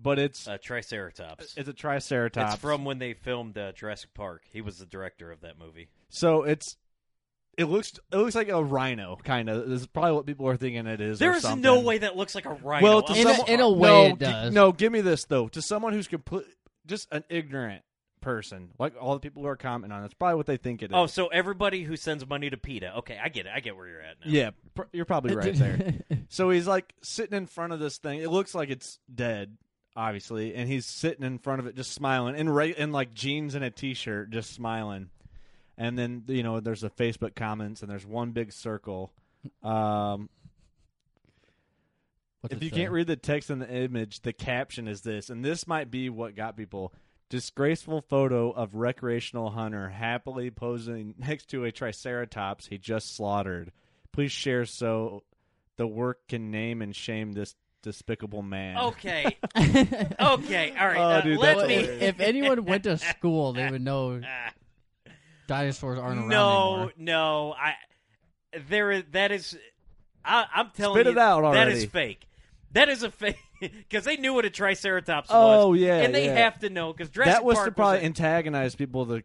S3: but it's
S2: uh, Triceratops
S3: it's a triceratops.
S2: It's from when they filmed uh, Jurassic Park. He was the director of that movie.
S3: so it's it looks it looks like a rhino kind of. This is probably what people are thinking it is. or
S2: There is
S3: something.
S2: no way that looks like a rhino.
S3: Well, to
S2: I'm
S4: In a-
S3: someone-
S4: in a
S3: no,
S4: way it
S3: gi-
S4: does.
S3: No, give me this though. To someone who's complete just an ignorant person, like all the people who are commenting on, it, that's probably what they think it is.
S2: Oh, so everybody who sends money to PETA. Okay, I get it. I get where you're at now.
S3: yeah, pr- you're probably right there. So he's like sitting in front of this thing. It looks like it's dead, obviously, and he's sitting in front of it, just smiling, and right in like jeans and a t-shirt, just smiling. And then you know, there's the Facebook comments, and there's one big circle. Um,
S4: What's
S3: if
S4: it
S3: you
S4: say?
S3: can't read the text in the image, the caption is this, and this might be what got people. Disgraceful photo of recreational hunter happily posing next to a triceratops he just slaughtered. Please share so the work can name and shame this despicable man.
S2: Okay. okay. All right.
S3: Oh,
S2: uh,
S3: dude,
S2: let
S3: that's
S4: Well,
S2: me.
S4: if, if anyone went to school, they would know
S2: Ah,
S4: dinosaurs aren't around
S2: no,
S4: anymore.
S2: no. I there is that is. I, I'm telling
S3: Spit
S2: you,
S3: it out
S2: that
S3: already.
S2: is fake. That is a fake because they knew what a triceratops was.
S3: Oh, yeah,
S2: and they
S3: yeah.
S2: have to know because Jurassic
S3: that was
S2: Park
S3: to probably
S2: was a-
S3: antagonize people. To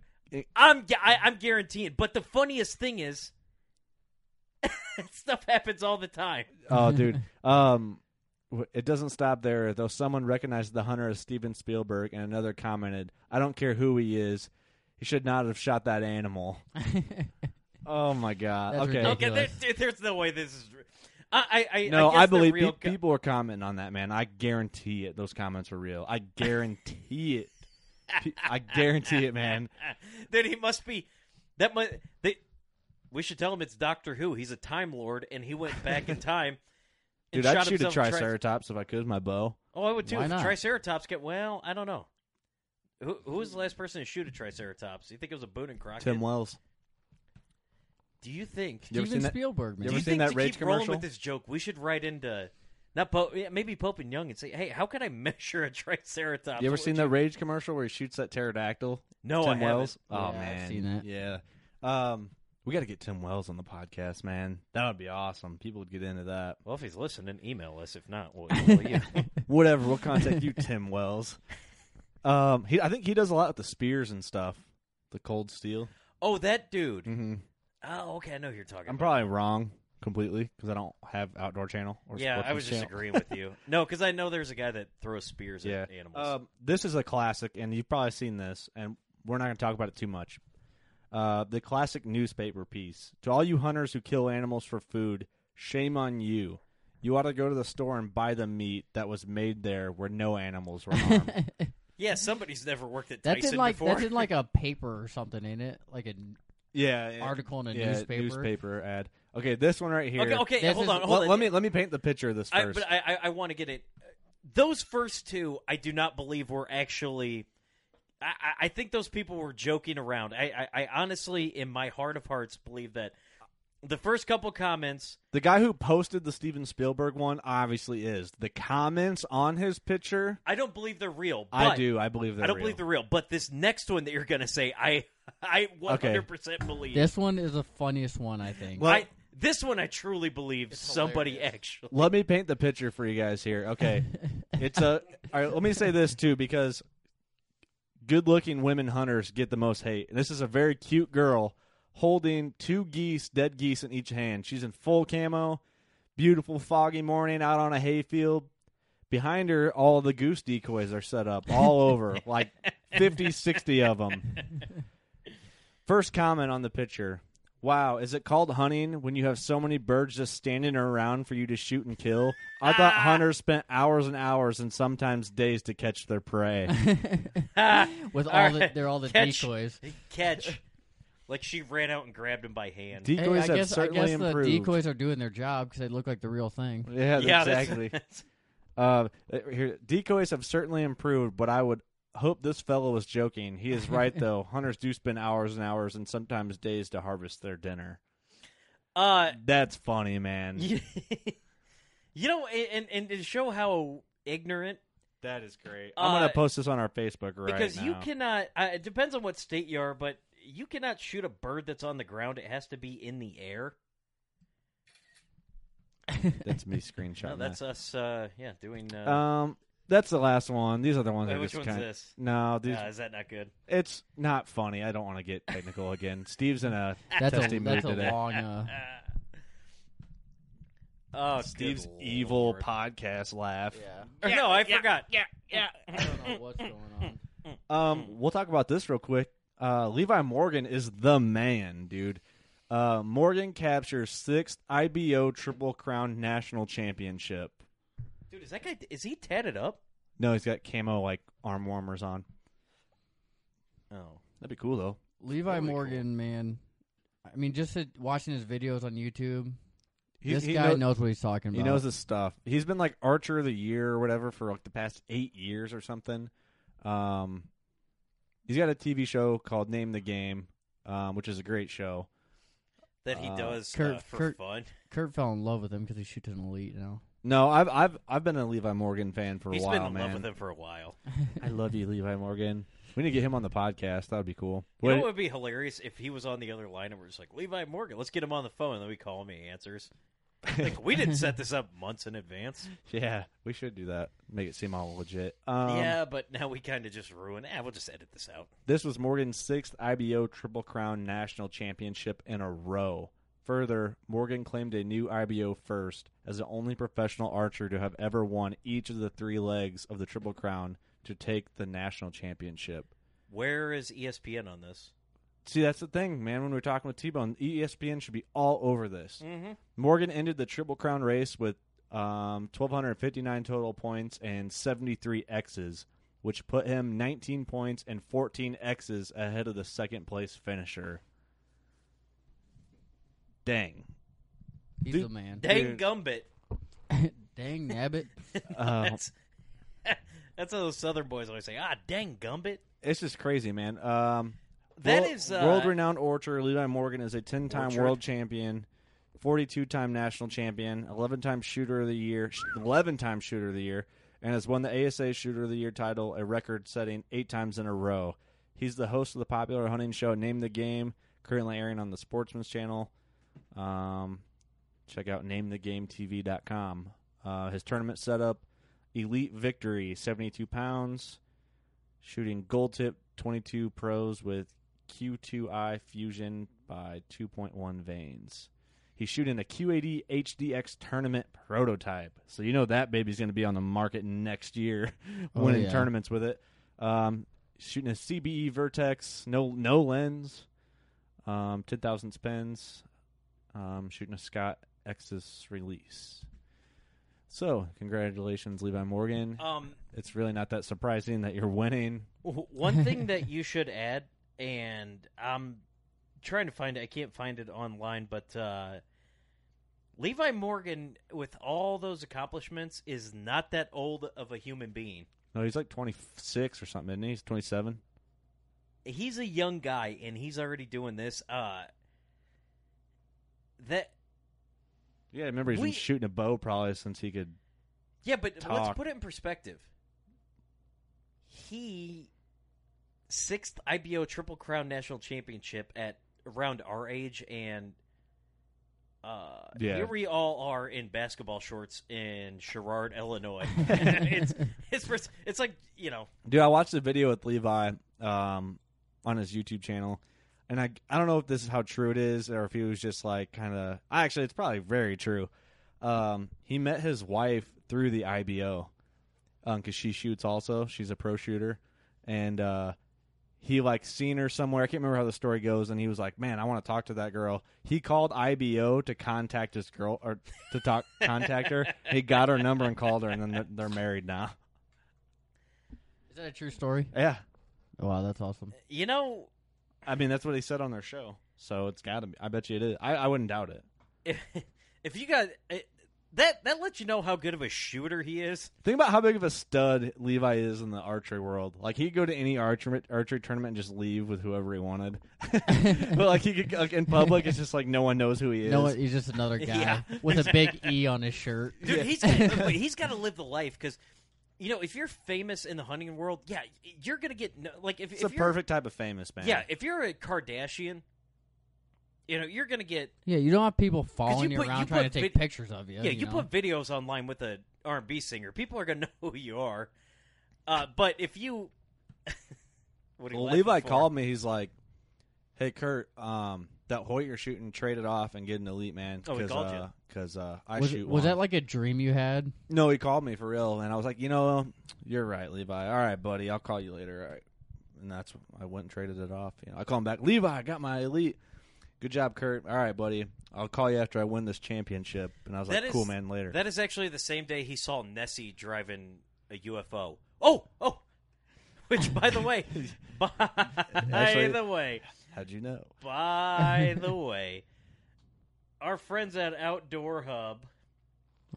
S2: I'm gu- I, I'm guaranteeing. But the funniest thing is, stuff happens all the time.
S3: oh, dude, um, w- it doesn't stop there. Though someone recognized the hunter as Steven Spielberg, and another commented, "I don't care who he is, he should not have shot that animal." Oh my god.
S4: That's
S3: okay.
S4: ridiculous.
S2: Okay, there, there- there's no way this is. I I, I
S3: No,
S2: I, guess
S3: I,
S2: the
S3: believe
S2: real
S3: pe-
S2: co-
S3: people are commenting on that, man. I guarantee it. Those comments are real. I guarantee it. Pe- I guarantee it, man.
S2: then he must be that mu They, we should tell him it's Doctor Who. He's a time lord, and he went back in time. and
S3: Dude, I'd
S2: shot
S3: shoot a
S2: himself tri-
S3: triceratops if I could with my bow.
S2: oh, I would too.
S4: Why
S2: if
S4: not?
S2: Triceratops get well. I don't know. Who, who was the last person to shoot a triceratops? You think it was a Boone and Crockett?
S3: Tim Wells.
S2: Do you think?
S3: You ever
S4: Steven
S3: seen that-
S4: Spielberg,
S3: you
S4: man.
S2: Do
S3: ever
S2: you
S3: seen
S2: think
S3: that
S2: to
S3: Rage
S2: keep rolling
S3: commercial?
S2: with this joke, we should write into not Pope, yeah, maybe Pope and Young and say, "Hey, how can I measure a triceratops?"
S3: You ever
S2: What
S3: seen
S2: would
S3: that Rage commercial where he shoots that pterodactyl?
S2: No,
S3: Tim
S2: I haven't.
S3: Wells.
S4: Yeah,
S3: Oh
S4: I've
S3: man,
S4: seen that.
S3: Yeah. Um, we got to get Tim Wells on the podcast, man. That would be awesome. People would get into that.
S2: Well, if he's listening, email us. If not, we'll email you.
S3: Whatever. We'll contact you, Tim Wells. Um, he, I think he does a lot with the spears and stuff, the cold steel.
S2: oh, that dude.
S3: Mm-hmm.
S2: Oh, okay. I know who you're talking.
S3: I'm
S2: about.
S3: probably wrong completely because I don't have Outdoor Channel. Or
S2: Yeah, I
S3: Sportsman's
S2: was just
S3: Channel.
S2: agreeing with you. No, because I know there's a guy that throws spears
S3: Yeah,
S2: at animals.
S3: um, this is a classic, and you've probably seen this, and we're not going to talk about it too much. Uh, the classic newspaper piece to all you hunters who kill animals for food: shame on you. You ought to go to the store and buy the meat that was made there, where no animals were harmed.
S2: yeah, somebody's never worked at
S4: That's
S2: Tyson
S4: in like
S2: before.
S4: that's in like a paper or something, ain't it? Like an
S3: yeah, yeah,
S4: article in a
S3: yeah,
S4: newspaper.
S3: newspaper ad. Okay, this one right here.
S2: okay, okay.
S4: This
S2: Hold
S4: is-
S2: on, hold
S3: Let,
S2: on.
S3: let me let me paint the picture of this
S2: I,
S3: first.
S2: but I, I, I want to get it. Those first two, I do not believe were actually. I- I, I think those people were joking around. I, I, I honestly, in my heart of hearts, believe that the first couple comments.
S3: The guy who posted the Steven Spielberg one obviously is. The comments on his picture,
S2: I don't believe they're real. But
S3: I do. I believe they're
S2: I don't
S3: real.
S2: believe they're real. But this next one that you're gonna say, I I 100 percent believe.
S4: This one is the funniest one, I think.
S3: Well-
S2: I, this one I truly believe somebody
S4: hilarious.
S2: actually.
S3: Let me paint the picture for you guys here. Okay. it's a. All right, let me say this too because good looking women hunters get the most hate. And this is a very cute girl holding two geese, dead geese in each hand. She's in full camo, beautiful foggy morning out on a hayfield. Behind her, all the goose decoys are set up all over, like 50, 60 of them. First comment on the picture. Wow, is it called hunting when you have so many birds just standing around for you to shoot and kill? I thought
S4: Ah.
S3: hunters spent hours and hours and sometimes days to catch their prey.
S4: With all, the
S2: right.
S4: they're all the
S2: Catch.
S4: decoys.
S2: catch. like she ran out and grabbed him by hand.
S4: Hey,
S3: Decoys
S4: I
S3: have
S4: guess I
S3: certainly
S4: guess
S3: improved.
S4: the decoys are doing their job because they look like the real thing.
S3: Yeah,
S2: yeah, that's-
S3: exactly.
S2: that's-
S3: uh, here, decoys have certainly improved, but I would hope this fellow is joking. He is right though. Hunters do spend hours and hours and sometimes days to harvest their dinner.
S2: uh,
S3: That's funny, man.
S2: you,
S3: Mm.
S2: you know, and, and and to show how ignorant
S3: That is great. I'm gonna
S2: Uh,
S3: post this on our Facebook right
S2: because you
S3: now.
S2: cannot. Uh, it depends on what state you are, but you cannot shoot a bird that's on the ground. It has to be in the air.
S3: That's me screenshot.
S2: No, that's us. Uh, yeah, doing. Uh,
S3: Um, that's the last one. These are the ones.
S2: wait,
S3: that
S2: which
S3: just
S2: one's
S3: kinda,
S2: this?
S3: No, these,
S2: Uh, is that not good?
S3: it's not funny. I don't want to get technical again. Steve's in a
S4: That's
S3: testy
S4: a
S3: mood
S4: that's a
S3: today.
S4: long. Uh,
S2: Oh, good
S3: Steve's
S2: lord.
S3: evil podcast laugh.
S2: Or no, I forgot.
S4: I don't know what's going on.
S3: Um,
S2: Hmm.
S3: we'll talk about this real quick. Uh, Levi Morgan is the man, dude. Uh, Morgan captures sixth IBO Triple Crown National Championship.
S2: Dude, is that guy? Is he tatted up?
S3: No, he's got camo like arm warmers on.
S2: Oh,
S3: That'd be cool though.
S4: Levi Morgan, man. I mean, just to, watching his videos on YouTube,
S3: He,
S4: this
S3: he
S4: guy
S3: know-
S4: knows what he's talking about.
S3: He knows his stuff. He's been like Archer of the Year or whatever for like the past eight years or something. Um, he's got a TV show called Name the Game, um, which is a great show.
S2: that he
S3: Uh,
S2: does
S4: Kurt-
S2: uh, for
S4: Kurt-
S2: fun.
S4: Kurt fell in love with him because he shoots an elite now.
S3: No, I've I've I've been a Levi Morgan fan for
S2: He's
S3: a while,
S2: been in
S3: man.
S2: love with him for a while.
S3: I love you, Levi Morgan. We need to get him on the podcast. That would be cool.
S2: You know
S3: Wait,
S2: what would be hilarious if he was on the other line and we're just like Levi Morgan, let's get him on the phone, and then we call him, he answers. like we didn't set this up months in advance.
S3: yeah, we should do that. Make it seem all legit. Um,
S2: yeah, but now we kind of just ruin. Ah, we'll just edit this out.
S3: This was Morgan's sixth IBO Triple Crown National Championship in a row. Further, Morgan claimed a new IBO first as the only professional archer to have ever won each of the three legs of the Triple Crown to take the national championship.
S2: Where is E ESPN on this?
S3: See, that's the thing, man. When we we're talking with E T Bone, ESPN should be all over this.
S2: Mm-hmm.
S3: Morgan ended the Triple Crown race with um, 1,259 total points and 73 X's, which put him 19 points and 14 X's ahead of the second place finisher. Dang.
S4: He's
S3: Dude,
S4: the man.
S2: Dang
S3: Dude.
S2: gumbit.
S4: Dang nabbit.
S3: Uh,
S2: That's that's how those Southern boys always say. Ah, dang gumbit.
S3: it's just crazy, man. Um,
S2: That
S3: world,
S2: is, uh,
S3: world-renowned orcher Levi Morgan is a 10-time
S2: Orchard?
S3: world champion, 42-time national champion, 11-time shooter of the year, sh- 11-time shooter of the year, and has won the ASA Shooter of the Year title, a record-setting eight times in a row. He's the host of the popular hunting show Name the Game, currently airing on the Sportsman's Channel. Um, check out namethegametv.com. Uh, his tournament setup: Elite Victory, 72 pounds shooting gold tip 22 pros with Q2i fusion by 2.1 veins. He's shooting a Q80 HDX tournament prototype. So you know that baby's going to be on the market next year
S4: Oh,
S3: winning
S4: yeah.
S3: tournaments with it. Um, shooting a CBE Vertex, no no lens. Um 10,000 spins. Um, shooting a Scott X's release. So, congratulations Levi Morgan
S2: Um,
S3: it's really not that surprising that you're winning.
S2: w- one thing that you should add, and I'm trying to find it. I can't find it online, but uh, Levi Morgan, with all those accomplishments, is not that old of a human being.
S3: No, he's like 26 or something, isn't he? He's 27.
S2: he's a young guy and he's already doing this. Uh that
S3: Yeah, I remember he's
S2: We-
S3: been shooting a bow probably since he could.
S2: yeah, but let's
S3: Talk.
S2: put it in perspective. He sixth IBO Triple Crown National Championship at around our age and uh
S3: Yeah.
S2: here we all are in basketball shorts in Sherrard, Illinois. it's it's pers- it's like, you know,
S3: Dude, I watched the video with Levi um, on his YouTube channel, and I I don't know if this is how true it is or if he was just like kind of. Actually, it's probably very true. Um, he met his wife through the IBO because um, she shoots also. She's a pro shooter, and uh, he like seen her somewhere. I can't remember how the story goes, and he was like, "Man, I want to talk to that girl." He called IBO to contact his girl or to talk contact her. He got her number and called her, and then they're, they're married now.
S4: Is that a true story?
S3: Yeah,
S4: Wow, that's awesome.
S2: you know
S3: I mean that's what he said on their show, so it's got to be. I bet you it is. I, I wouldn't doubt it.
S2: if, if you got it, that that lets you know how good of a shooter he is.
S3: Think about how big of a stud Levi is in the archery world. Like he could go to any archery archery tournament and just leave with whoever he wanted. but like he could like in public, it's just like no one knows who he is.
S4: No, he's just another guy
S2: Yeah.
S4: with a big E on his shirt.
S2: Dude, he's gotta, but he's got to live the life because you know if you're famous in the hunting world, yeah, you're gonna get no, like if,
S3: it's the
S2: if you're,
S3: perfect type of famous man.
S2: yeah, if you're a Kardashian, you know you're gonna get
S4: Yeah, you don't have people following you,
S2: put-
S4: around
S2: you
S4: trying to
S2: put
S4: take
S2: vid-
S4: pictures of you.
S2: yeah, you
S4: know?
S2: put videos online with a R&B singer, people are gonna know who you are. Uh, but if you, what are you
S3: Well,
S2: laughing
S3: Levi
S2: for?
S3: called me. He's like, "Hey, Kurt, um, that Hoyt you're shooting, trade it off and get an elite man.
S2: Oh, he called you.
S3: Because uh, I
S4: was,
S3: shoot. one."
S4: was that like a dream you had?
S3: No, he called me for real, and I was like, you know, you're right, Levi. All right, buddy, I'll call you later. All right, and that's I went and traded it off. You know, I call him back. Levi, I got my elite. Good job, Kurt. All right, buddy. I'll call you after I win this championship. And I was
S2: That
S3: like,
S2: is-
S3: cool, man. Later.
S2: That is actually the same day he saw Nessie driving a UFO. Oh, oh. Which, by the way, by
S3: Actually-
S2: the way,
S3: How'd you know?
S2: by the way, our friends at Outdoor Hub.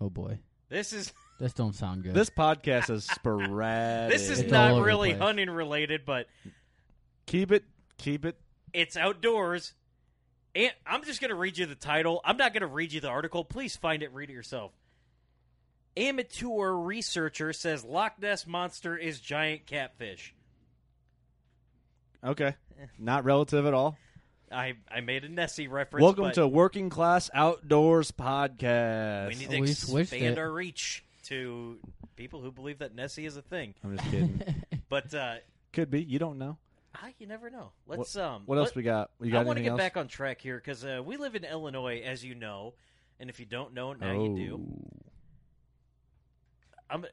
S4: Oh boy,
S2: This is
S4: this don't sound good.
S3: This podcast is sporadic.
S2: this is
S4: It's all over
S2: not
S4: the
S2: really
S4: place.
S2: hunting related, but
S3: keep it, keep it.
S2: it's outdoors. And I'm just going to read you the title. I'm not going to read you the article. Please find it, read it yourself. Amateur researcher says Loch Ness monster is giant catfish.
S3: Okay, not relative at all.
S2: I I made a Nessie reference.
S3: Welcome
S2: but
S3: to Working Class Outdoors Podcast.
S2: We need to
S4: We switched
S2: expand
S4: it.
S2: our reach to people who believe that Nessie is a thing.
S3: I'm just kidding.
S2: But uh,
S3: Could be. You don't know.
S2: I, you never know. Let's um.
S3: What else
S2: let-
S3: we got? You got
S2: I want to
S3: anything
S2: get
S3: else?
S2: back on track here because uh, we live in Illinois, as you know, and if you don't know, now
S3: oh.
S2: you do. I'm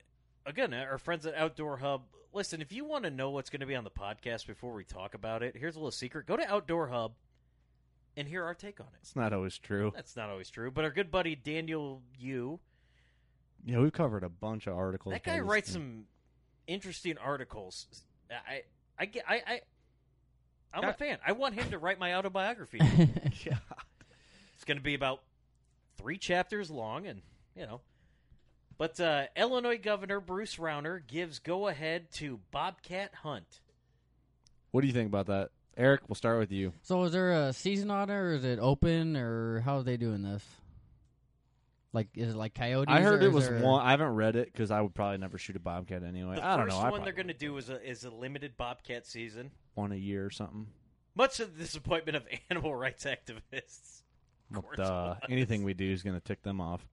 S2: again our friends at Outdoor Hub. Listen, if you want to know what's going to be on the podcast before we talk about it, here's a little secret: go to Outdoor Hub and hear our take on it.
S3: It's not always true.
S2: That's not always true, but our good buddy Daniel Yu,
S3: Yeah, we've covered a bunch of articles.
S2: that guy
S3: about this
S2: writes
S3: thing.
S2: some interesting articles. I I get I. I I'm a
S3: God.
S2: fan. I want him to write my autobiography.
S3: Yeah.
S2: It's going to be about three chapters long, and you know. But uh, Illinois Governor Bruce Rauner gives go ahead to Bobcat Hunt.
S3: What do you think about that, Eric? We'll start with you.
S4: so is there a season on it, or is it open, or how are they doing this? Like, is it like coyotes?
S3: I heard
S4: or
S3: it
S4: is
S3: was
S4: there-
S3: one. I haven't read it because I would probably never shoot a bobcat anyway.
S2: The
S3: I don't
S2: first
S3: know. I
S2: one
S3: probably
S2: they're going to do is a is a limited Bobcat season,
S3: one a year or something.
S2: much to the disappointment of animal rights activists. Of course
S3: But, uh,
S2: it was.
S3: anything we do is going to tick them off.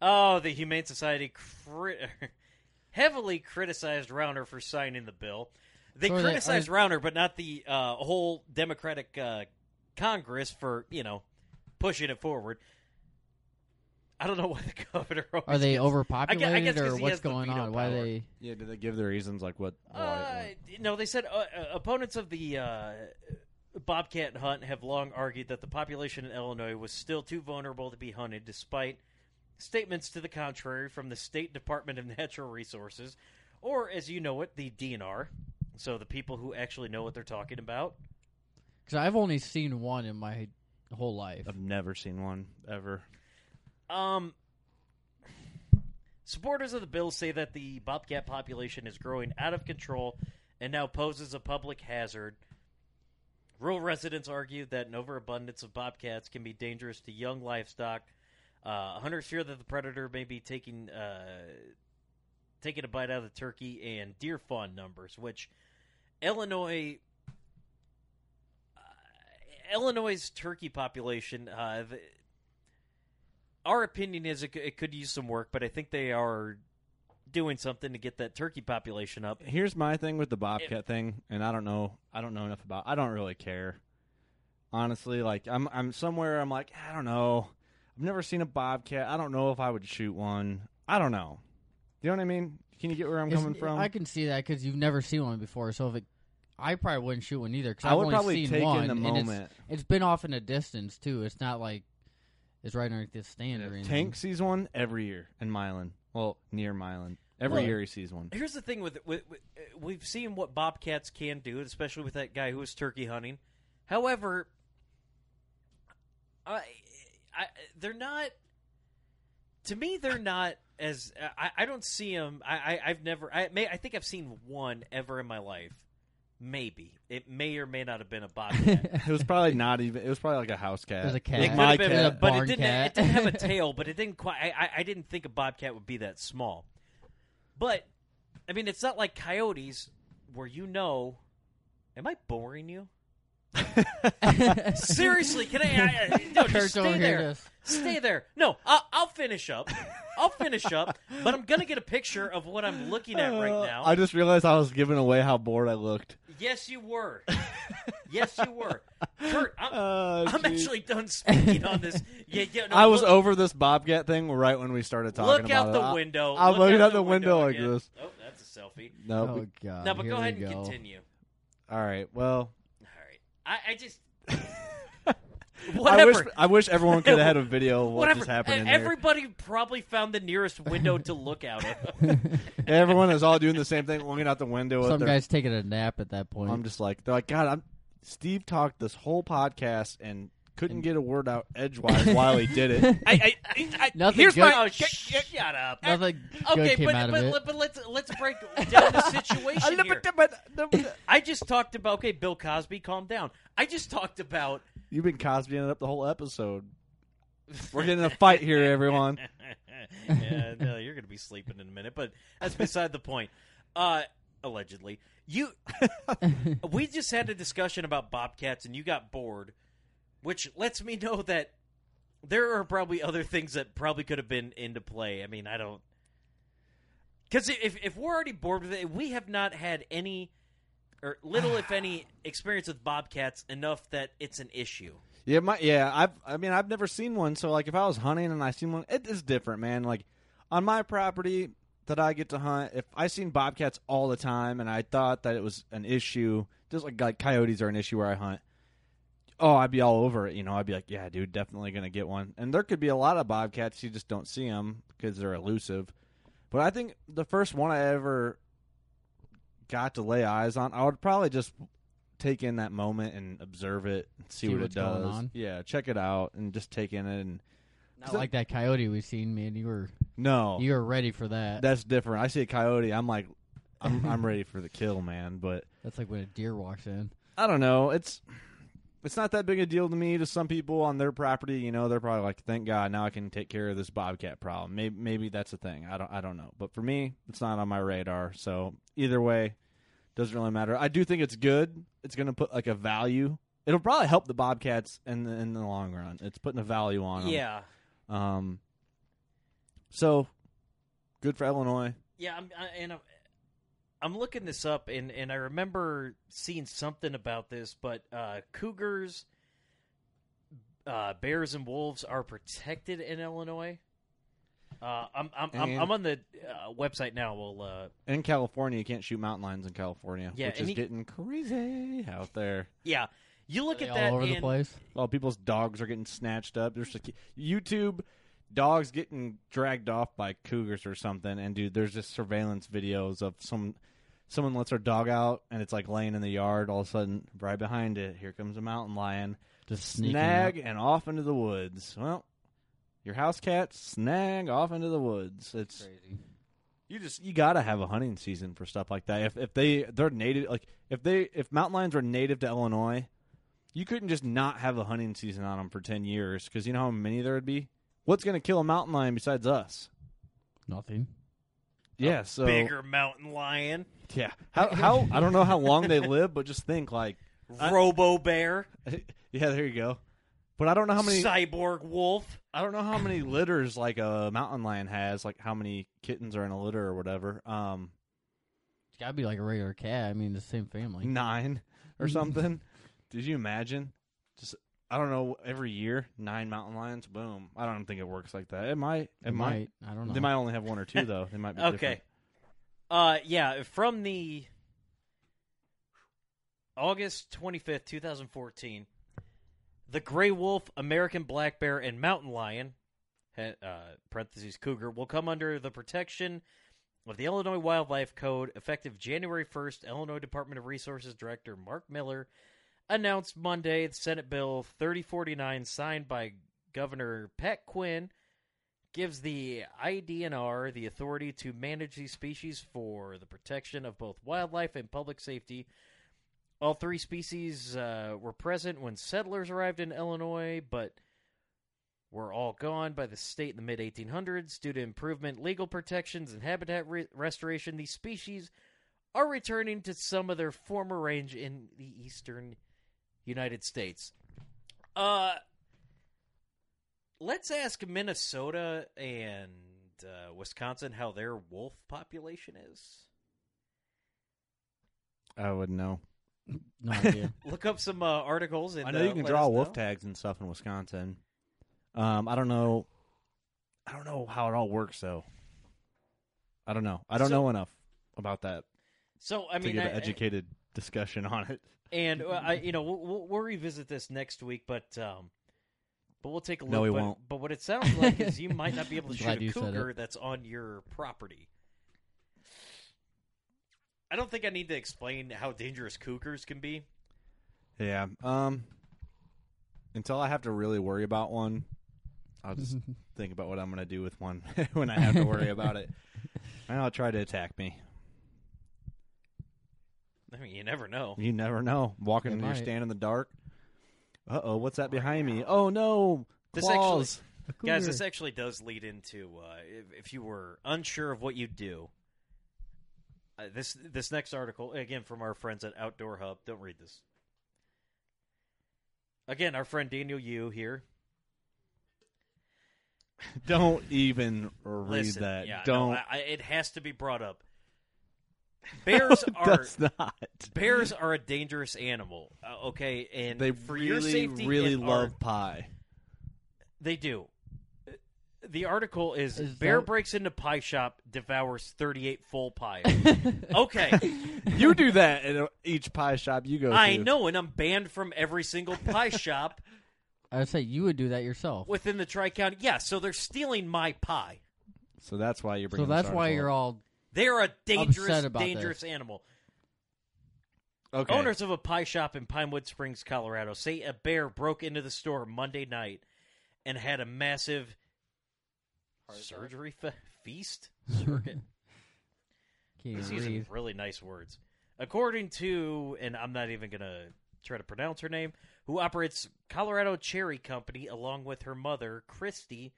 S2: Oh, the Humane Society cri- heavily criticized Rauner for signing the bill. They
S4: So are they-
S2: criticized
S4: are-
S2: Rauner, but not the uh, whole Democratic uh, Congress for you know pushing it forward. I don't know why the governor. always
S4: Are they
S2: gets-
S4: overpopulated,
S2: I guess 'cause
S4: or
S2: he
S4: what's
S2: has the
S4: going
S2: veto
S4: on? Why
S2: power.
S4: they?
S3: Yeah, did they give the reasons like what?
S2: Uh, no, they said uh, uh, opponents of the uh, bobcat hunt have long argued that the population in Illinois was still too vulnerable to be hunted, despite statements to the contrary from the State Department of Natural Resources, or as you know it, the DNR. So the people who actually know what they're talking about.
S4: Because I've only seen one in my whole
S2: Uh,
S4: life.
S3: I've never seen one ever.
S2: Um, supporters of the bill say that the bobcat population is growing out of control and now poses a public hazard. Rural residents argue that an overabundance of bobcats can be dangerous to young livestock. Uh, hunters fear that the predator may be taking uh, taking a bite out of the turkey and deer fawn numbers, which Illinois uh, Illinois' turkey population uh, th- our opinion is it, c- it could use some work, but I think they are doing something to get that turkey population up.
S3: Here's my thing with the bobcat thing, and I don't know. I don't know enough about. I don't really care. Honestly, like I'm, I'm somewhere. I'm like, I don't know. I've never seen a bobcat. I don't know if I would shoot one. I don't know. You know what I mean? Can you get where I'm
S4: It's-
S3: coming from?
S4: I can see that because you've never seen one before. So if it, I probably wouldn't shoot one either. Because
S3: I
S4: I've
S3: would
S4: only
S3: probably
S4: seen
S3: take
S4: one,
S3: in the
S4: and it's-
S3: moment.
S4: it's been off in a distance too. It's not like it's right underneath this stand or anything.
S3: Tank sees one every year in Milan. Well, near Milan. Every
S4: Well,
S3: year he sees one.
S2: Here's the thing with, with, with uh, we've seen what bobcats can do, especially with that guy who was turkey hunting. However, I, I they're not. To me, they're not as I, I don't see them. I, I I've never. I may I think I've seen one ever in my life. Maybe it may or may not have been a bobcat.
S3: It was probably not even. It was probably like a house cat.
S4: It was a cat.
S3: Like
S4: It
S3: my
S2: could've
S4: been
S3: cat.
S4: a
S2: but it
S4: barn
S2: didn't.
S4: cat.
S2: It didn't have a tail, but it didn't quite. I, I, I didn't think a bobcat would be that small. But I mean, it's not like coyotes where you know. Am I boring you? Seriously, can I? I, I no,
S4: Kurt's
S2: just stay
S4: over here
S2: there.
S4: just-
S2: Stay there. No, I'll, I'll finish up. I'll finish up. But I'm gonna get a picture of what I'm looking at right
S3: Uh,
S2: now.
S3: I just realized I was giving away how bored I looked.
S2: Yes, you were. Yes, you were. Kurt, I'm,
S4: Uh,
S3: Oh,
S2: I'm
S3: geez.
S2: actually done speaking on this. Yeah, yeah, no,
S3: I was
S2: look-
S3: over this bobcat thing right when we started talking
S2: Look
S3: about
S2: out
S3: it. I-
S2: the window.
S3: I'm
S2: Look
S3: looking
S2: out
S3: out the window like
S2: again.
S3: this.
S2: Oh, that's a selfie.
S3: No,
S4: Oh God!
S2: No, but
S4: here
S2: go
S4: we
S2: ahead and
S4: go.
S2: continue.
S3: All right. Well,
S2: All right. I, I just
S3: I wish
S2: whatever.
S3: I wish everyone could have had a video of what
S2: whatever.
S3: just happened. In
S2: E- Everybody probably found the nearest window to look out of.
S3: there. Everyone is all doing the same thing, looking out the window. at
S4: Some
S3: their-
S4: guy's taking a nap at that point.
S3: I'm just like, they're like, God, I'm. Steve talked this whole podcast and couldn't get a word out edgewise while he did it.
S5: I, I, I, I
S4: Nothing
S5: here's
S4: good-
S5: my.
S2: oh, sh- sh- shut up.
S4: Nothing
S2: okay,
S4: good came
S2: but
S4: out of
S2: but,
S4: it.
S2: but let's let's break down the situation here. I just talked about okay, Bill Cosby, calm down. I just talked about
S3: You've been Cosbying it up the whole episode. We're getting in a fight here, everyone.
S2: yeah, no, uh, you're going to be sleeping in a minute, but that's beside the point. Uh, allegedly, you. we just had a discussion about bobcats, and you got bored, which lets me know that there are probably other things that probably could have been into play. I mean, I don't. Because if if we're already bored with it, we have not had any or little, if any, experience with bobcats enough that it's an issue.
S3: Yeah, my yeah. I've I mean I've never seen one. So like if I was hunting and I seen one, it is different, man. Like on my property that I get to hunt, if I seen bobcats all the time and I thought that it was an issue, just like like coyotes are an issue where I hunt. Oh, I'd be all over it. You know, I'd be like, yeah, dude, definitely gonna get one. And there could be a lot of bobcats you just don't see them because they're elusive. But I think the first one I ever got to lay eyes on, I would probably just take in that moment and observe it and see,
S4: See
S3: what
S4: what's
S3: it does.
S4: going on.
S3: Yeah, check it out and just take in it. And
S4: Not like that coyote we've seen, man. You were
S3: no,
S4: you were ready for that.
S3: that's different. I see a coyote, I'm like, I'm, I'm ready for the kill, man. But
S4: That's like when a deer walks in.
S3: I don't know. It's it's not that big a deal to me. To some people on their property, you know, they're probably like, "Thank God, now I can take care of this bobcat problem." Maybe maybe that's a thing. I don't I don't know. But for me, it's not on my radar. So either way, doesn't really matter. I do think it's good. It's going to put like a value. It'll probably help the bobcats in the, in the long run. It's putting a value on them.
S2: Yeah,
S3: Um. So good for Illinois.
S2: Yeah, I'm I, and I'm, I'm looking this up, and and I remember seeing something about this, but uh, cougars, uh, bears, and wolves are protected in Illinois. Uh, I'm I'm, I'm
S3: And-
S2: I'm on the uh, website now. We'll uh,
S3: In California, you can't shoot mountain lions in California,
S2: Yeah,
S3: which
S2: and
S3: is
S2: he-
S3: getting crazy out there.
S2: yeah, you look
S4: They
S2: at
S4: all
S2: that
S4: over the
S2: and-
S4: place.
S3: Well, people's dogs are getting snatched up. There's like YouTube dogs getting dragged off by cougars or something. And dude, there's just surveillance videos of some someone lets their dog out and it's like laying in the yard. All of a sudden, right behind it, here comes a mountain lion.
S4: Just sneaking
S3: Snag and off into the woods. Well, your house cat snag off into the woods. It's
S4: Crazy.
S3: you just you gotta have a hunting season for stuff like that. If if they they're native, like if they if mountain lions were native to Illinois, you couldn't just not have a hunting season on them for ten years because you know how many there would be. What's gonna kill a mountain lion besides us? Oh,
S4: Nothing.
S3: Yeah, so
S2: bigger mountain lion,
S3: yeah. How how I don't know how long they live, but just think like I-
S2: robo bear,
S3: yeah, there you go. But I don't know how many
S2: cyborg wolf.
S3: I don't know how many litters like a mountain lion has, like how many kittens are in a litter or whatever. Um,
S4: It's gotta be like a regular cat. I mean, the same family.
S3: nine or something. Did you imagine? Just I don't know. Every year, nine mountain lions. Boom. I don't think it works like that. It might. It,
S4: They
S3: might.
S4: might. I don't know.
S3: They might only have one or two though. They might be
S2: Okay. Uh, yeah, from the August 25th, 2014, the gray wolf, American black bear, and mountain lion, he- uh, parentheses cougar, will come under the protection of the Illinois Wildlife Code effective January 1st. Illinois Department of Resources Director Mark Miller announced Monday the Senate Bill 3049, signed by Governor Pat Quinn, gives the IDNR the authority to manage these species for the protection of both wildlife and public safety. All three species uh, were present when settlers arrived in Illinois, but were all gone by the state in the mid 1800s. Due to improvement, legal protections, and habitat re- restoration, these species are returning to some of their former range in the eastern United States. Uh, let's ask Minnesota and uh, Wisconsin how their wolf population is.
S3: I wouldn't know.
S4: No idea.
S2: Look up some uh, articles. And,
S3: I know
S2: uh,
S3: you can
S2: let
S3: draw
S2: us
S3: wolf
S2: know.
S3: tags and stuff in Wisconsin. Um, I don't know. I don't know how it all works though. I don't know. I don't
S2: So-
S3: know enough about that
S2: So I mean,
S3: to get
S2: I,
S3: an educated discussion on it.
S2: And uh, I, you know, we'll, we'll, we'll revisit this next week, but um, but we'll take a look.
S3: No, we
S2: but,
S3: won't.
S2: But what it sounds like is you might not be able to
S4: I'm
S2: shoot
S4: glad
S2: a
S4: you said
S2: cougar that's on your property. I don't think I need to explain how dangerous cougars can be.
S3: Yeah. Um. Until I have to really worry about one, I'll just think about what I'm gonna do with one when I have to worry about it. And I'll try to attack me.
S2: I mean, you never know.
S3: You never know. Walking
S4: It
S3: in your
S4: might.
S3: stand in the dark. Uh oh, what's that behind me? Oh no,
S2: This
S3: claws.
S2: Guys, this actually does lead into uh, if, if you were unsure of what you do. Uh, this this next article again from our friends at Outdoor Hub. Don't read this. Again, our friend Daniel Yu here.
S3: Don't even read
S2: Listen,
S3: that.
S2: yeah, no,
S3: Don't.
S2: I, I, it has to be brought up. Bears are
S3: That's not.
S2: bears are a dangerous animal. Uh, okay, and
S3: They
S2: for
S3: really,
S2: your safety,
S3: really
S2: and our-
S3: love pie.
S2: They do. The article is,
S4: Is
S2: bear
S4: that-
S2: breaks into pie shop, devours 38 full pie. okay,
S3: You do that at each pie shop you go to.
S2: I know, and I'm banned from every single pie shop
S4: I'd say you would do that yourself.
S2: within the Tri County. Yeah, so they're stealing my pie.
S3: So that's why you're
S4: So
S3: bringing.
S4: that's why you're all
S2: They're a dangerous,
S4: Upset about
S2: dangerous animal.
S3: okay.
S2: Owners of a pie shop in Pinewood Springs, Colorado, say a bear broke into the store Monday night and had a massive surgery fe- feast. Surrogate.
S4: Can't
S2: He's
S4: even
S2: using
S4: read.
S2: really nice words. According to, and I'm not even going to try to pronounce her name, who operates Colorado Cherry Company along with her mother, Christy,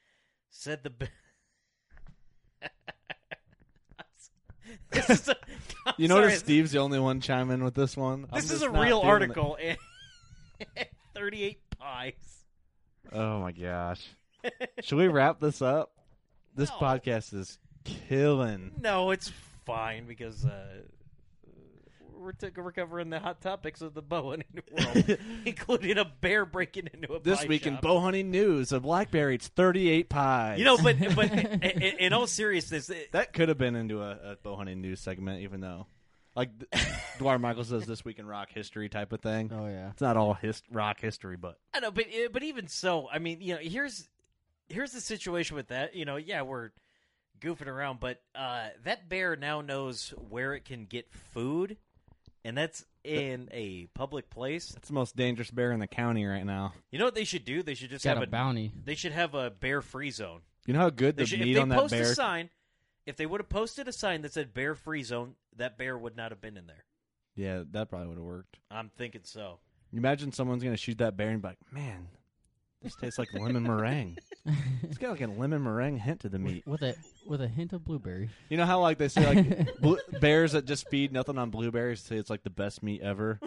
S2: said the. b- this is a, I'm
S3: You
S2: sorry,
S3: notice
S2: this-
S3: Steve's the only one chiming in with this one. I'm
S2: This is
S3: just
S2: a
S3: not
S2: real
S3: feeling it.
S2: article. And 38 pies.
S3: Oh my gosh. Should we wrap this up? This
S2: No.
S3: podcast is killing.
S2: No, it's fine because uh, we're, t- we're covering the hot topics of the bow world, including a bear breaking into a
S3: This
S2: pie
S3: week in
S2: shop.
S3: bow hunting news, a blackberry eats 38 pies.
S2: You know, but but in, in all seriousness, uh, it-
S3: that could have been into a, a bow hunting news segment, even though, like, th- Dwyer Michaels does this week in rock history type of thing.
S4: Oh yeah.
S3: It's not all his- rock history, but
S2: I know, but uh, but even so, I mean, you know, here's here's the situation with that. You know, yeah, we're goofing around, but uh, that bear now knows where it can get food, and that's in a public place.
S3: it's the most dangerous bear in the county right now.
S2: You know what they should do? They should just
S4: Got
S2: have
S4: a bounty.
S2: They should have a bear free zone.
S3: You know how good
S2: They
S3: the
S2: should, if
S3: meat
S2: they
S3: on that
S2: post
S3: bear.
S2: a sign, if they would have posted a sign that said bear free zone, that bear would not have been in there.
S3: Yeah, that probably would have worked.
S2: I'm thinking so.
S3: You imagine someone's gonna shoot that bear and be like, "Man, this tastes like lemon meringue. It's got like a lemon meringue hint to the meat."
S4: with a with a hint of blueberry.
S3: You know how like they say like bl- bears that just feed nothing on blueberries say it's like the best meat ever.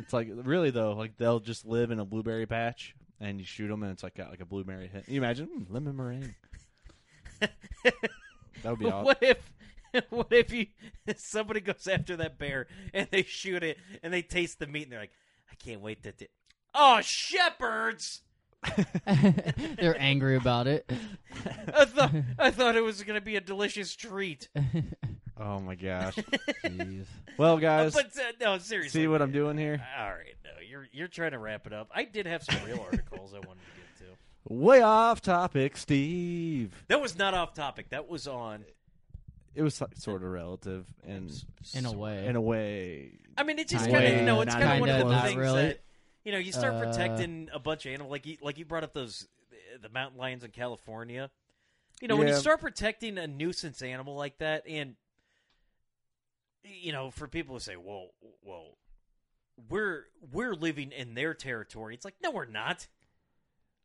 S3: it's like really though, like they'll just live in a blueberry patch and you shoot them and it's like got like a blueberry hint. You imagine mm, lemon meringue. that would be awesome.
S2: What if what if you somebody goes after that bear and they shoot it and they taste the meat and they're like, I can't wait to di- Oh shepherds!
S4: They're angry about it.
S2: I thought I thought it was gonna be a delicious treat.
S3: Oh my gosh.
S4: Jeez.
S3: Well, guys,
S2: But uh, no, seriously.
S3: see what I'm doing here.
S2: All right, no, you're you're trying to wrap it up. I did have some real articles I wanted to get to.
S3: Way off topic, Steve.
S2: That was not off topic. That was on.
S3: It was like, sort of relative and
S4: In a way.
S3: in a way.
S2: I mean, it's just
S4: Kinda,
S2: kind of you know, it's
S3: not
S2: kind of one of
S4: kinda,
S2: the
S4: not
S2: things
S4: really.
S2: that you know you start
S4: Uh,
S2: protecting a bunch of animals, like you, like you brought up those the mountain lions in California. You know, when you
S3: Yeah.
S2: start protecting a nuisance animal like that, and you know, for people who say, "Well, well, we're we're living in their territory," it's like, no, we're not.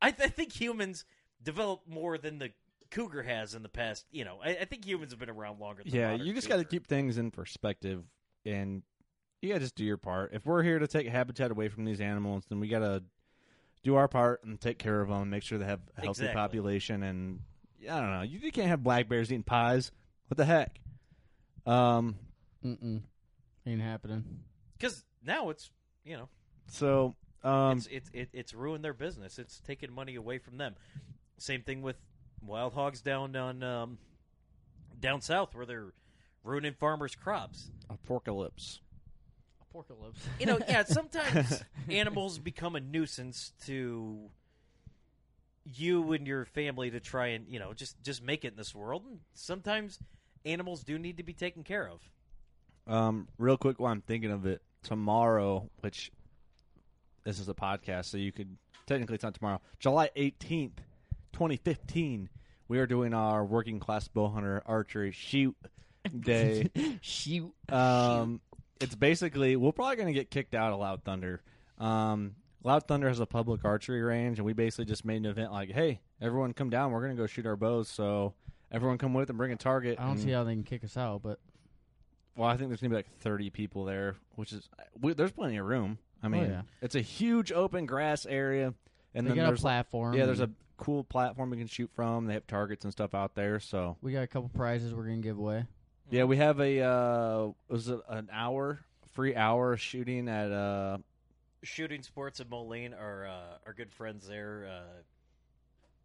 S2: I, th- I think humans develop more than the cougar has in the past. You know, I, I think humans have been around longer. than the
S3: Yeah,
S2: modern
S3: you just got to
S2: cougar.
S3: keep things in perspective, and you got to just do your part. If we're here to take habitat away from these animals, then we got to do our part and take care of them, and make sure they have a healthy
S2: Exactly.
S3: population. And I don't know, you, you can't have black bears eating pies. What the heck? Um,
S4: Mm-mm. Ain't happening.
S2: because now it's you know
S3: so um,
S2: it's it's it, it's ruined their business. It's taking money away from them. Same thing with wild hogs down on um, down south where they're ruining farmers' crops.
S3: a porkalypse.
S4: Porcalypse.
S2: you know, yeah, sometimes animals become a nuisance to you and your family to try and, you know, just just make it in this world. And sometimes animals do need to be taken care of.
S3: Um, real quick while I'm thinking of it, tomorrow, which this is a podcast, so you could technically it's not tomorrow, July 18th, 2015. We are doing our working class bow hunter archery shoot day.
S4: Shoot.
S3: Um, it's basically we're probably gonna get kicked out of Loud Thunder. Um, Loud Thunder has a public archery range, and we basically just made an event like, "Hey, everyone, come down. We're gonna go shoot our bows." So everyone come with and bring a target.
S4: I don't
S3: and-
S4: see how they can kick us out, but
S3: well, I think there's gonna be like 30 people there, which is we, there's plenty of room. I mean,
S4: Oh, yeah.
S3: it's a huge open grass area, and
S4: they
S3: then
S4: got a
S3: there's
S4: platform.
S3: yeah, there's a
S4: and
S3: cool platform we can shoot from. They have targets and stuff out there, so
S4: We got a couple prizes we're gonna give away.
S3: yeah, we have a uh, was it an hour free hour shooting at uh
S2: Shooting Sports and Moline are uh, our good friends there. Uh,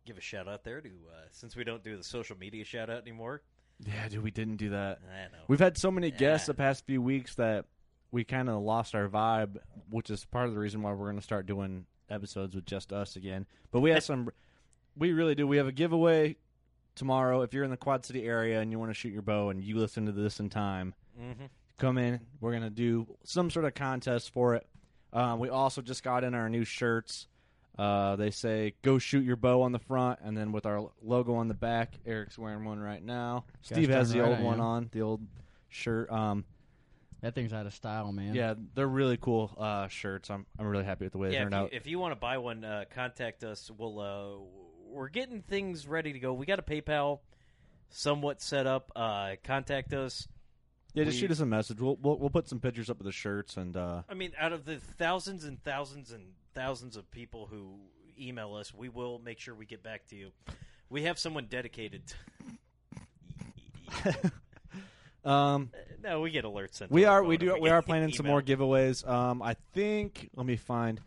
S2: give a shout out there to uh, since we don't do the social media shout out anymore.
S3: yeah, dude, we didn't do that.
S2: I know.
S3: We've had so many guests
S2: Yeah.
S3: the past few weeks that we kind of lost our vibe, which is part of the reason why we're going to start doing episodes with just us again. But we have some, we really do. We have a giveaway tomorrow. If you're in the Quad City area and you want to shoot your bow and you listen to this in time,
S2: hmm
S3: come in. We're going to do some sort of contest for it. Um, we also just got in our new shirts. Uh, they say "Go shoot your bow" on the front, and then with our logo on the back. Eric's wearing one right now.
S4: Gosh
S3: Steve has
S4: darn
S3: the old
S4: right I
S3: one
S4: am.
S3: on, the old shirt. Um,
S4: That thing's out of style, man.
S3: yeah, they're really cool uh, shirts. I'm I'm really happy with the way they
S2: Yeah, if
S3: turned
S2: you,
S3: out.
S2: if you want to buy one, uh, contact us. We'll uh, we're getting things ready to go. We got a PayPal somewhat set up. Uh, contact us.
S3: yeah, just
S2: we-
S3: shoot us a message. We'll, we'll we'll put some pictures up of the shirts and uh,
S2: I mean, out of the thousands and thousands and thousands of people who email us, we will make sure we get back to you. We have someone dedicated. to- Uh,
S3: um
S2: no, we get alerts sent. to
S3: we
S2: our
S3: are
S2: phone
S3: we
S2: if
S3: do we
S2: get
S3: are planning some
S2: email.
S3: more giveaways. Um, I think let me find.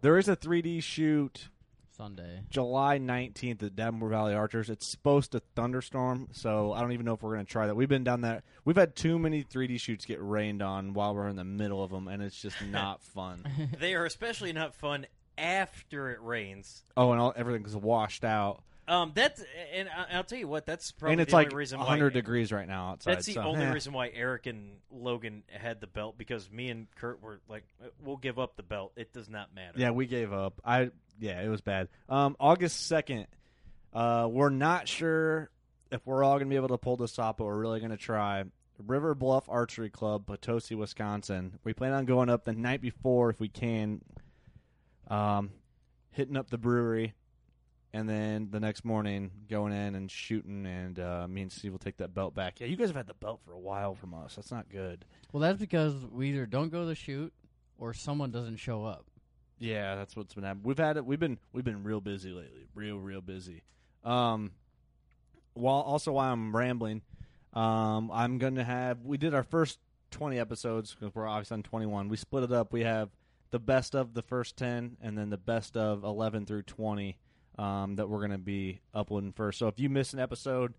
S3: There is a 3D shoot
S4: Sunday.
S3: July 19th at Davenport Valley Archers. It's supposed to thunderstorm, so I don't even know if we're going to try that. We've been down that. We've had too many 3D shoots get rained on while we're in the middle of them, and it's just not fun.
S2: They are especially not fun after it rains.
S3: oh, and all everything's washed out,
S2: Um, that's and I- I'll tell you what. That's probably
S3: and it's
S2: the
S3: like
S2: only reason why
S3: 100 degrees right now outside.
S2: That's the
S3: so,
S2: only
S3: eh.
S2: reason why Eric and Logan had the belt because me and Kurt were like, "We'll give up the belt. It does not matter."
S3: Yeah, we gave up. I yeah, it was bad. Um, August second. Uh, we're not sure if we're all gonna be able to pull this off, but we're really gonna try. River Bluff Archery Club, Potosi, Wisconsin. We plan on going up the night before if we can. Um, hitting up the brewery, and then the next morning going in and shooting. And uh, me and Steve will take that belt back. Yeah, you guys have had the belt for a while from us. That's not good.
S4: Well, that's because we either don't go to the shoot or someone doesn't show up.
S3: Yeah, that's what's been happening. We've had it. We've been we've been real busy lately. Real real busy. Um, while also while I'm rambling, um, I'm gonna have. We did our first 20 episodes because we're obviously on 21. We split it up. We have the best of the first 10, and then the best of 11 through 20 um, that we're gonna be uploading first. So if you miss an episode.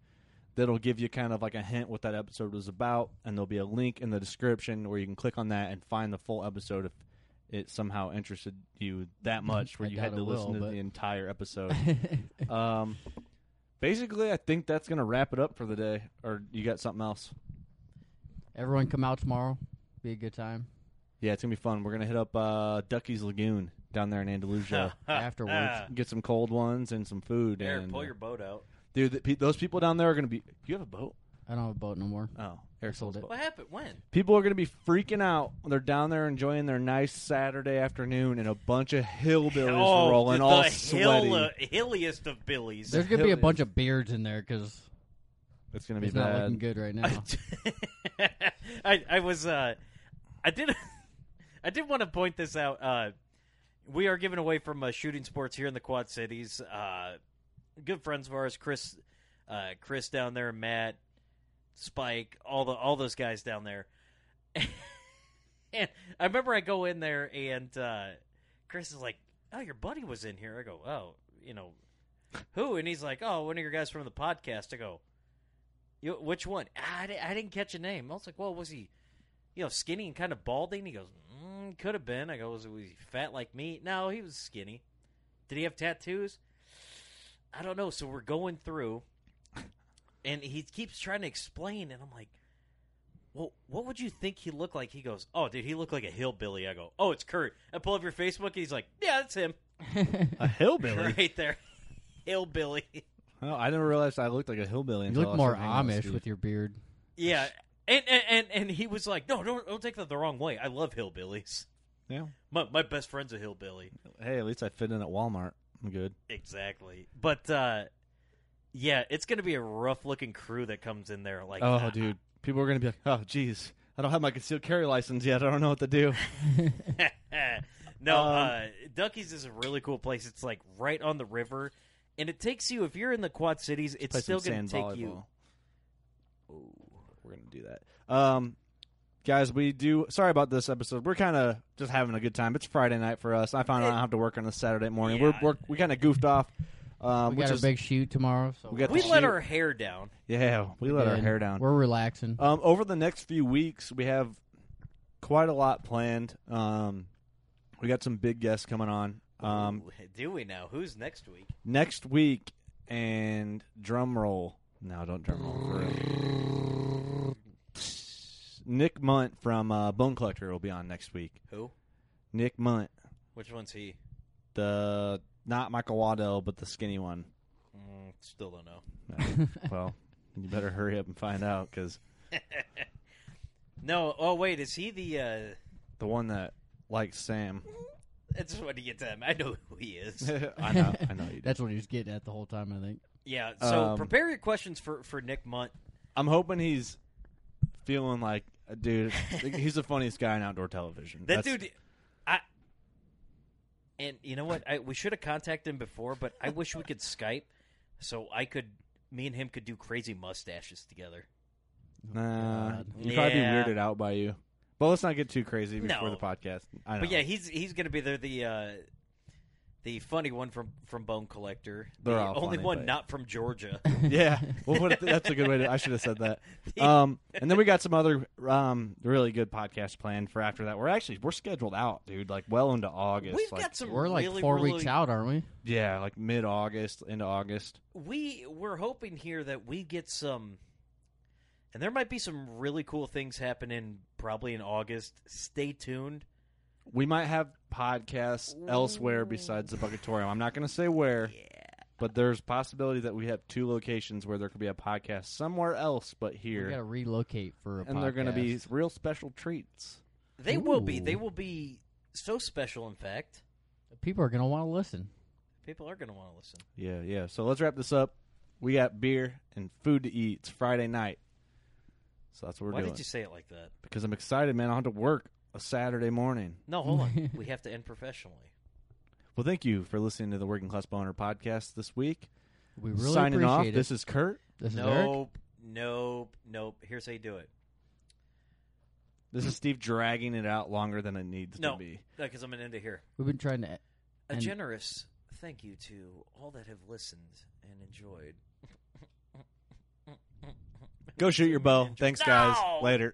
S3: That'll give you kind of like a hint what that episode was about, and there'll be a link in the description where you can click on that and find the full episode if it somehow interested you that much where
S4: I
S3: you had
S4: doubt
S3: to
S4: it
S3: listen
S4: will,
S3: to
S4: but-
S3: the entire episode. um, basically, I think that's gonna wrap it up for the day. Or you got something else?
S4: Everyone come out tomorrow. Be a good time
S3: Yeah, it's gonna be fun. We're gonna hit up uh, Ducky's Lagoon down there in Andalusia,
S2: Uh,
S4: afterwards.
S3: get some cold ones and some food.
S2: Eric,
S3: and uh,
S2: pull your boat out.
S3: dude, the, pe- those people down there are gonna be. You have a boat?
S4: I don't have a boat no more.
S3: Oh, Eric
S4: sold
S3: sold it.
S4: it.
S2: What happened? When?
S3: People are gonna be freaking out. when They're down there enjoying their nice Saturday afternoon, and a bunch of hillbillies
S2: oh,
S3: rolling
S2: the,
S3: all
S2: the
S3: sweaty.
S2: hill- uh, hilliest of billies.
S4: There's gonna be a
S3: Hillius.
S4: bunch of beards in there because
S3: it's gonna be
S4: it's not
S3: bad.
S4: looking good right now.
S2: I, I was uh, I did I did want to point this out. Uh, we are giving away from uh, shooting sports here in the Quad Cities. Uh, good friends of ours, Chris, uh, Chris down there, Matt, Spike, all the all those guys down there. and I remember I go in there and uh, Chris is like, "Oh, your buddy was in here." I go, "Oh, you know." Who? And he's like, oh, one of your guys from the podcast. I go, you, which one? Ah, I, di- I didn't catch a name. I was like, well, was he you know, skinny and kind of balding. He goes, mm, could have been. I go, was he fat like me? No, he was skinny. Did he have tattoos? I don't know. So we're going through, and he keeps trying to explain, and I'm like, well, what would you think he looked like? He goes, oh, dude, he looked like a hillbilly. I go, oh, it's Kurt. I pull up your Facebook, and he's like, yeah, that's him
S3: A hillbilly.
S2: right there. hillbilly.
S3: Oh, I never realized I looked like a hillbilly.
S4: You
S3: until
S4: look
S3: I
S4: more
S3: started hanging
S4: Amish
S3: Steve.
S4: with your beard.
S2: Yeah. And, and and and he was like, no, don't don't take that the wrong way. I love hillbillies.
S3: Yeah.
S2: My my best friend's a hillbilly.
S3: Hey, at least I fit in at Walmart. I'm good.
S2: Exactly. But uh yeah, it's gonna be a rough looking crew that comes in there. Like,
S3: Oh, dude, people are gonna be like, oh, geez, I don't have my concealed carry license yet. I don't know what to do.
S2: no,
S3: Um,
S2: uh, Ducky's is a really cool place. It's like right on the river, and it takes you if you're in the Quad Cities. It's
S3: Play
S2: still
S3: some
S2: gonna
S3: sand
S2: take
S3: volleyball.
S2: you.
S3: We're gonna do that, um, guys. We do. Sorry about this episode. We're kind of just having a good time. It's Friday night for us. I found out I don't have to work on a Saturday morning.
S2: Yeah.
S3: We're, we're we kind of goofed off. Um,
S4: we
S3: which
S4: got a
S3: is,
S4: big shoot tomorrow, so
S3: We got
S2: We
S3: the
S2: let
S3: shoot.
S2: our hair down.
S3: yeah. We let our
S4: And
S3: hair down.
S4: We're relaxing.
S3: Um, over the next few weeks, we have quite a lot planned. Um, we got some big guests coming on. Um,
S2: Ooh, do we now? Who's next week?
S3: next week, and drum roll. No, don't drum roll. For real. Nick Munt from uh, Bone Collector will be on next week.
S2: Who?
S3: Nick Munt,
S2: Which one's he?
S3: the not Michael Waddell, but the skinny one.
S2: Mm, still don't know.
S3: No. well, you better hurry up and find out because
S2: No. Oh wait, is he the? uh
S3: the one that likes Sam.
S2: It's when you get to him. I know who he is.
S3: I know, I know you do.
S4: That's what he was getting at the whole time. I think.
S2: Yeah. So
S3: Um,
S2: prepare your questions for for Nick Munt.
S3: I'm hoping he's feeling like, dude, he's the funniest guy in outdoor television.
S2: That
S3: That's-
S2: dude, I. And you know what? I, we should have contacted him before, but I wish we could Skype, so I could, me and him could do crazy mustaches together.
S3: Nah,
S4: God.
S3: he'd probably be
S2: Yeah.
S3: weirded out by you. But let's not get too crazy before
S2: No.
S3: the podcast. I know.
S2: But yeah, he's he's gonna be there the uh, the funny one from from Bone Collector.
S3: They're
S2: the
S3: all
S2: only
S3: funny,
S2: one
S3: but-
S2: not from Georgia.
S3: yeah. Well, what if- that's a good way to. I should have said that. Um, and then we got some other um really good podcasts planned for after that. We're actually we're scheduled out, dude. Like well into August.
S2: We've
S3: like,
S2: got some.
S4: We're like
S2: really,
S4: four
S2: really-
S4: weeks out, aren't we?
S3: yeah, like mid August into August.
S2: we we're hoping here that we get some and there might be some really cool things happening probably in August. Stay tuned.
S3: We might have podcasts elsewhere besides the Buckatorium. I'm not going to say where, but there's possibility that we have two locations where there could be a podcast somewhere else but
S4: We got to
S3: here,
S4: relocate for a.
S3: and they're going to be
S4: podcast.
S3: real special treats.
S2: They will be. They
S4: Ooh.
S2: will be so special in fact.
S4: People are going to want to listen.
S2: People are going to want to listen.
S3: Yeah, yeah. So let's wrap this up. We got beer and food to eat. It's Friday night, so that's what we're
S2: Why
S3: doing.
S2: did you say it like that?
S3: Because I'm excited, man. I will have to work a Saturday morning.
S2: No, hold on. we have to end professionally.
S3: Well, thank you for listening to the Working Class Boner podcast this week.
S4: We really
S3: Signing
S4: appreciate
S3: off.
S4: it.
S3: This is Kurt.
S4: This is Eric.
S2: nope. Nope. Nope. Here's how you do it.
S3: This is Steve dragging it out longer than it needs
S2: No.
S3: to be.
S2: Because I'm going to end it here.
S4: We've been trying to.
S2: A
S4: And-
S2: generous thank you to all that have listened and enjoyed.
S3: Go shoot your bow. Thanks, guys. Later.